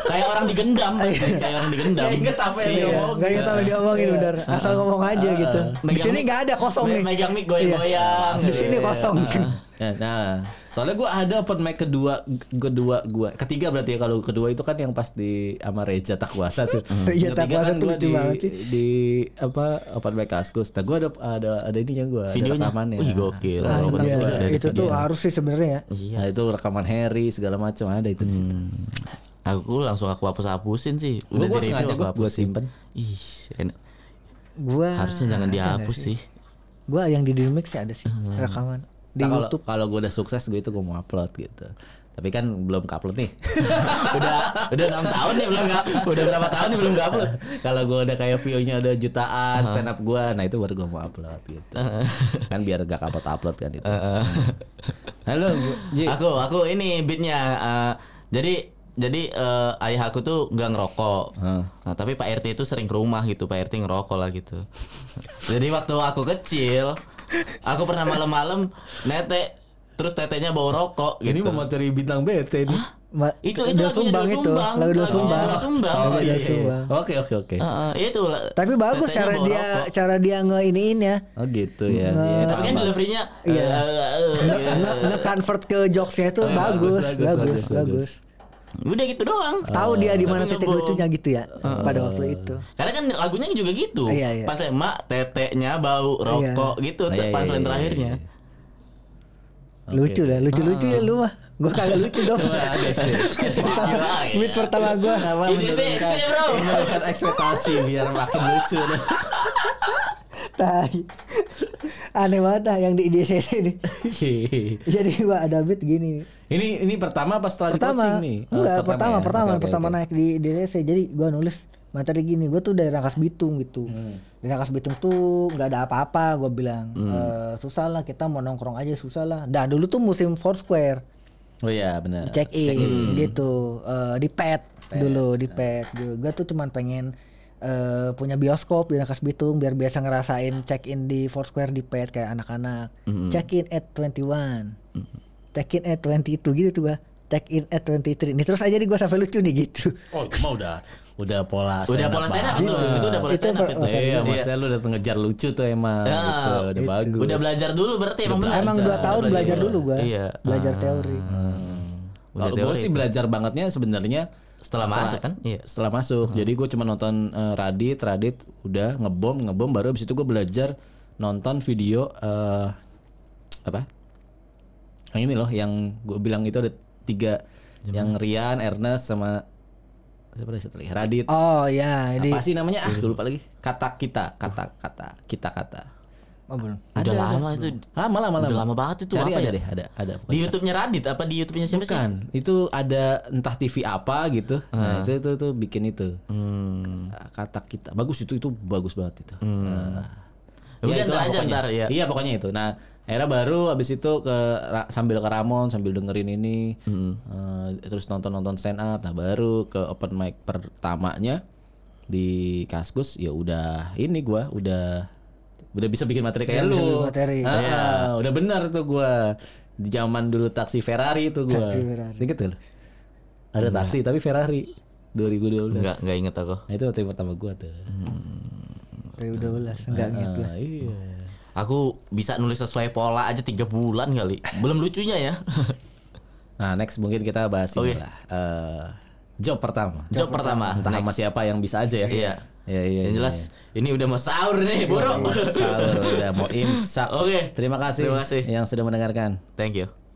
A: Kayak orang digendam, kayak orang digendam.
C: Nggak inget apa yang
B: Iya,
C: diomongin.
B: nggak kita diomongin bener Asal ngomong aja gitu. Di
A: Iya. Ah. Megang
B: sini
A: mic-
B: nggak ada kosong
A: me-
B: nih.
A: Megang mic Ah. goyang-goyang. gitu.
B: Di sini
C: Iya.
B: kosong.
C: Nah, nah, soalnya gue ada open mic kedua, kedua gua ketiga berarti ya kalau kedua itu kan yang pas di sama Reja Takwasa tuh.
B: Reja
C: Ketiga kan
B: Takwasa tuh
C: gua
B: lucu
C: di,
B: banget sih.
C: Di apa open mic Kaskus. Nah gue ada ada ada ininya gue.
A: Videonya? Oh,
C: Ada rekamannya.
A: Wih, gokil.
C: Nah,
B: Nah,
A: Walaupun Iya.
B: iya,
A: itu dari
B: itu tuh harus sih sebenarnya ya.
C: nah, itu rekaman Harry segala macam ada itu di situ.
A: Aku langsung aku hapus-hapusin sih. Hmm.
C: Gua
A: Udah
C: gue
A: di-review,
C: sengaja
A: aku
C: gue gue
A: hapusin.
C: simpen.
A: Ih, enak.
B: Gua
A: Harusnya jangan dihapus sih.
B: Gua yang di Dreamix sih ada sih
A: Hmm.
B: rekaman di
C: Nah, kalau-
B: YouTube.
C: Kalau gue udah sukses gue itu gue mau upload gitu. Tapi kan belum ke upload nih.
A: udah udah 6 tahun nih belum nggak udah berapa tahun nih belum nggak upload.
C: kalau gue udah kayak view-nya udah jutaan stand up gue, nah itu baru gue mau upload gitu. kan biar gak kapot upload kan itu. Ah, Halo, Bu Ji.
A: Aku aku ini beatnya. eh, jadi jadi eh, ayah aku tuh nggak ngerokok. Nah, tapi Pak RT itu sering ke rumah gitu. Pak RT ngerokok lah gitu. jadi waktu aku kecil, aku pernah malam-malam nete terus tetenya bawa rokok
C: Ini
A: gitu.
C: materi bintang BT nih.
B: Ma-
A: itu itu
B: Daul
A: lagunya
B: sumbang
A: Daul
B: itu,
A: Sumbang.
B: lagu Daul
A: Lagunya
B: sumbang.
A: Daul Sumbang.
B: Oh, iya,
C: iya.
B: Sumbang.
C: Oke, oke, oke.
A: Eh, eh, itu lah.
B: Tapi bagus
A: Tetenya
B: cara
A: bawa
B: dia
A: rokok.
B: cara dia ngeiniin ya.
C: Oh gitu ya.
B: Nge-
C: Iya,
A: Tapi kan
C: paham.
A: deliverynya
B: Iya.
A: eh, eh, eh, eh.
B: Nge- Nge-convert ke jokesnya itu
A: Ah,
C: Iya,
B: bagus, bagus, bagus.
A: udah gitu doang.
B: Tahu dia di mana
A: Tapi
B: titik
A: ngebom. Ah.
B: lucunya gitu ya pada waktu itu.
A: Karena kan lagunya juga gitu.
B: Iya, iya.
A: Pas lemak teteknya bau rokok gitu
C: Nah, iya,
A: pas
C: iya,
A: lain
C: iya,
A: terakhirnya.
C: iya, iya.
B: Lucu lah, lucu-lucu
A: Ah.
B: ya lu mah. Gua kagak lucu dong.
C: Coba ada sih.
A: Gila, ya.
B: Tweet pertama gua.
C: Apa
A: Ini sih,
C: menurunkan-
A: sih, bro.
B: Iya.
C: menurunkan ekspektasi biar makin lucu. deh.
B: Tai. Aneh banget ah yang di IDCC ini. Jadi gua ada beat gini.
C: ini ini pertama apa setelah di coaching
B: Pertama,
C: nih? Oh,
B: enggak pertama,
C: ya?
B: pertama,
C: Oke, oke,
B: pertama
C: oke.
B: naik di IDCC. Jadi gua nulis materi gini, gua tuh dari Rangkas Bitung gitu.
C: Hmm.
B: Dari Rangkas Bitung tuh nggak ada apa-apa, gua bilang. Eh, susah lah kita mau nongkrong aja susah lah. Nah, dulu tuh musim Foursquare.
C: Oh iya
B: di
C: benar.
B: check in, gitu Eh, di pet, dulu di pet dulu gue tuh cuman pengen eh, punya bioskop di Nakas Bitung biar biasa ngerasain check in di Foursquare di pet kayak anak-anak check in at 21 check in at 22 gitu tuh gua check in at 23 nih terus aja nih gue sampai lucu nih gitu
C: Oh itu mah udah udah pola
A: Udah pola stand up itu. Itu udah pola
B: Itu
A: stand up
B: per-
A: itu.
B: materi.
C: Iya,
A: Iya.
C: maksudnya lu udah ngejar lucu tuh emang.
A: Ya,
C: gitu, udah
B: gitu.
C: bagus.
A: Udah belajar dulu berarti emang benar.
B: Iya, emang dua tahun belajar Ah. dulu gua
A: Iya.
B: belajar teori
A: Udah
C: Kalau gue
A: teori
C: sih
A: itu.
C: belajar bangetnya sebenarnya
A: Setelah masuk kan? Iya.
C: Setelah masuk. Jadi gue cuma nonton eh, Radit, Radit udah ngebom, ngebom baru abis itu gue belajar nonton video eh apa? Yang ini loh yang gue bilang itu ada tiga yang Rian, Ernest sama siapa lagi satu lagi? Radit.
B: oh ya jadi
C: apa sih namanya?
A: Iya.
C: Ah, gue lupa lagi. Kata kita, kata kata kita kata.
B: oh, belum
A: Udah lama itu.
C: Lama lama lama.
A: Udah lama banget itu,
C: Cari
A: apa
C: ada
A: ya?
C: deh, ada ada. pokoknya.
A: Di YouTube-nya Radit apa di YouTube-nya siapa sih?
C: Bukan, itu ada entah TV apa gitu.
A: Ah.
C: Nah, itu itu tuh bikin itu.
A: Hmm.
C: Eh, Kata kita bagus itu itu bagus banget itu. Nah,
A: Ya udah, ntar
C: itulah
A: aja,
C: pokoknya.
A: ntar, ya.
C: Iya pokoknya itu. Nah, era baru abis itu ke Ra- sambil ke Ramon sambil dengerin ini eh, terus nonton-nonton stand up. Nah, baru ke open mic pertamanya di Kaskus ya udah ini gua udah udah bisa bikin materi
B: Udah
C: kayak
B: bisa
C: lu.
B: bikin materi.
C: Ah, udah benar tuh gua. Di zaman dulu taksi Ferrari itu gua.
B: Taksi Ferrari.
C: Ingat gak lu? Ada taksi tapi Ferrari 2012.
A: Enggak, enggak inget aku.
C: Hmm. Nah, itu waktu pertama gua tuh.
B: 2012 enggak ingat lah.
C: iya.
A: Aku bisa nulis sesuai pola aja tiga bulan kali. Belum lucunya ya.
C: Nah, next mungkin kita bahas
A: Oke.
C: inilah. Eh, job pertama.
A: Job pertama.
C: Entah
A: Next.
C: sama siapa yang bisa aja ya.
A: Iya.
C: Iya, iya.
A: Yang
C: iya.
A: jelas ini udah mau sahur nih, buruk.
C: Sahur, udah mau imsak.
A: Oke.
C: Terima kasih,
A: Terima kasih.
C: yang sudah mendengarkan.
A: Thank you.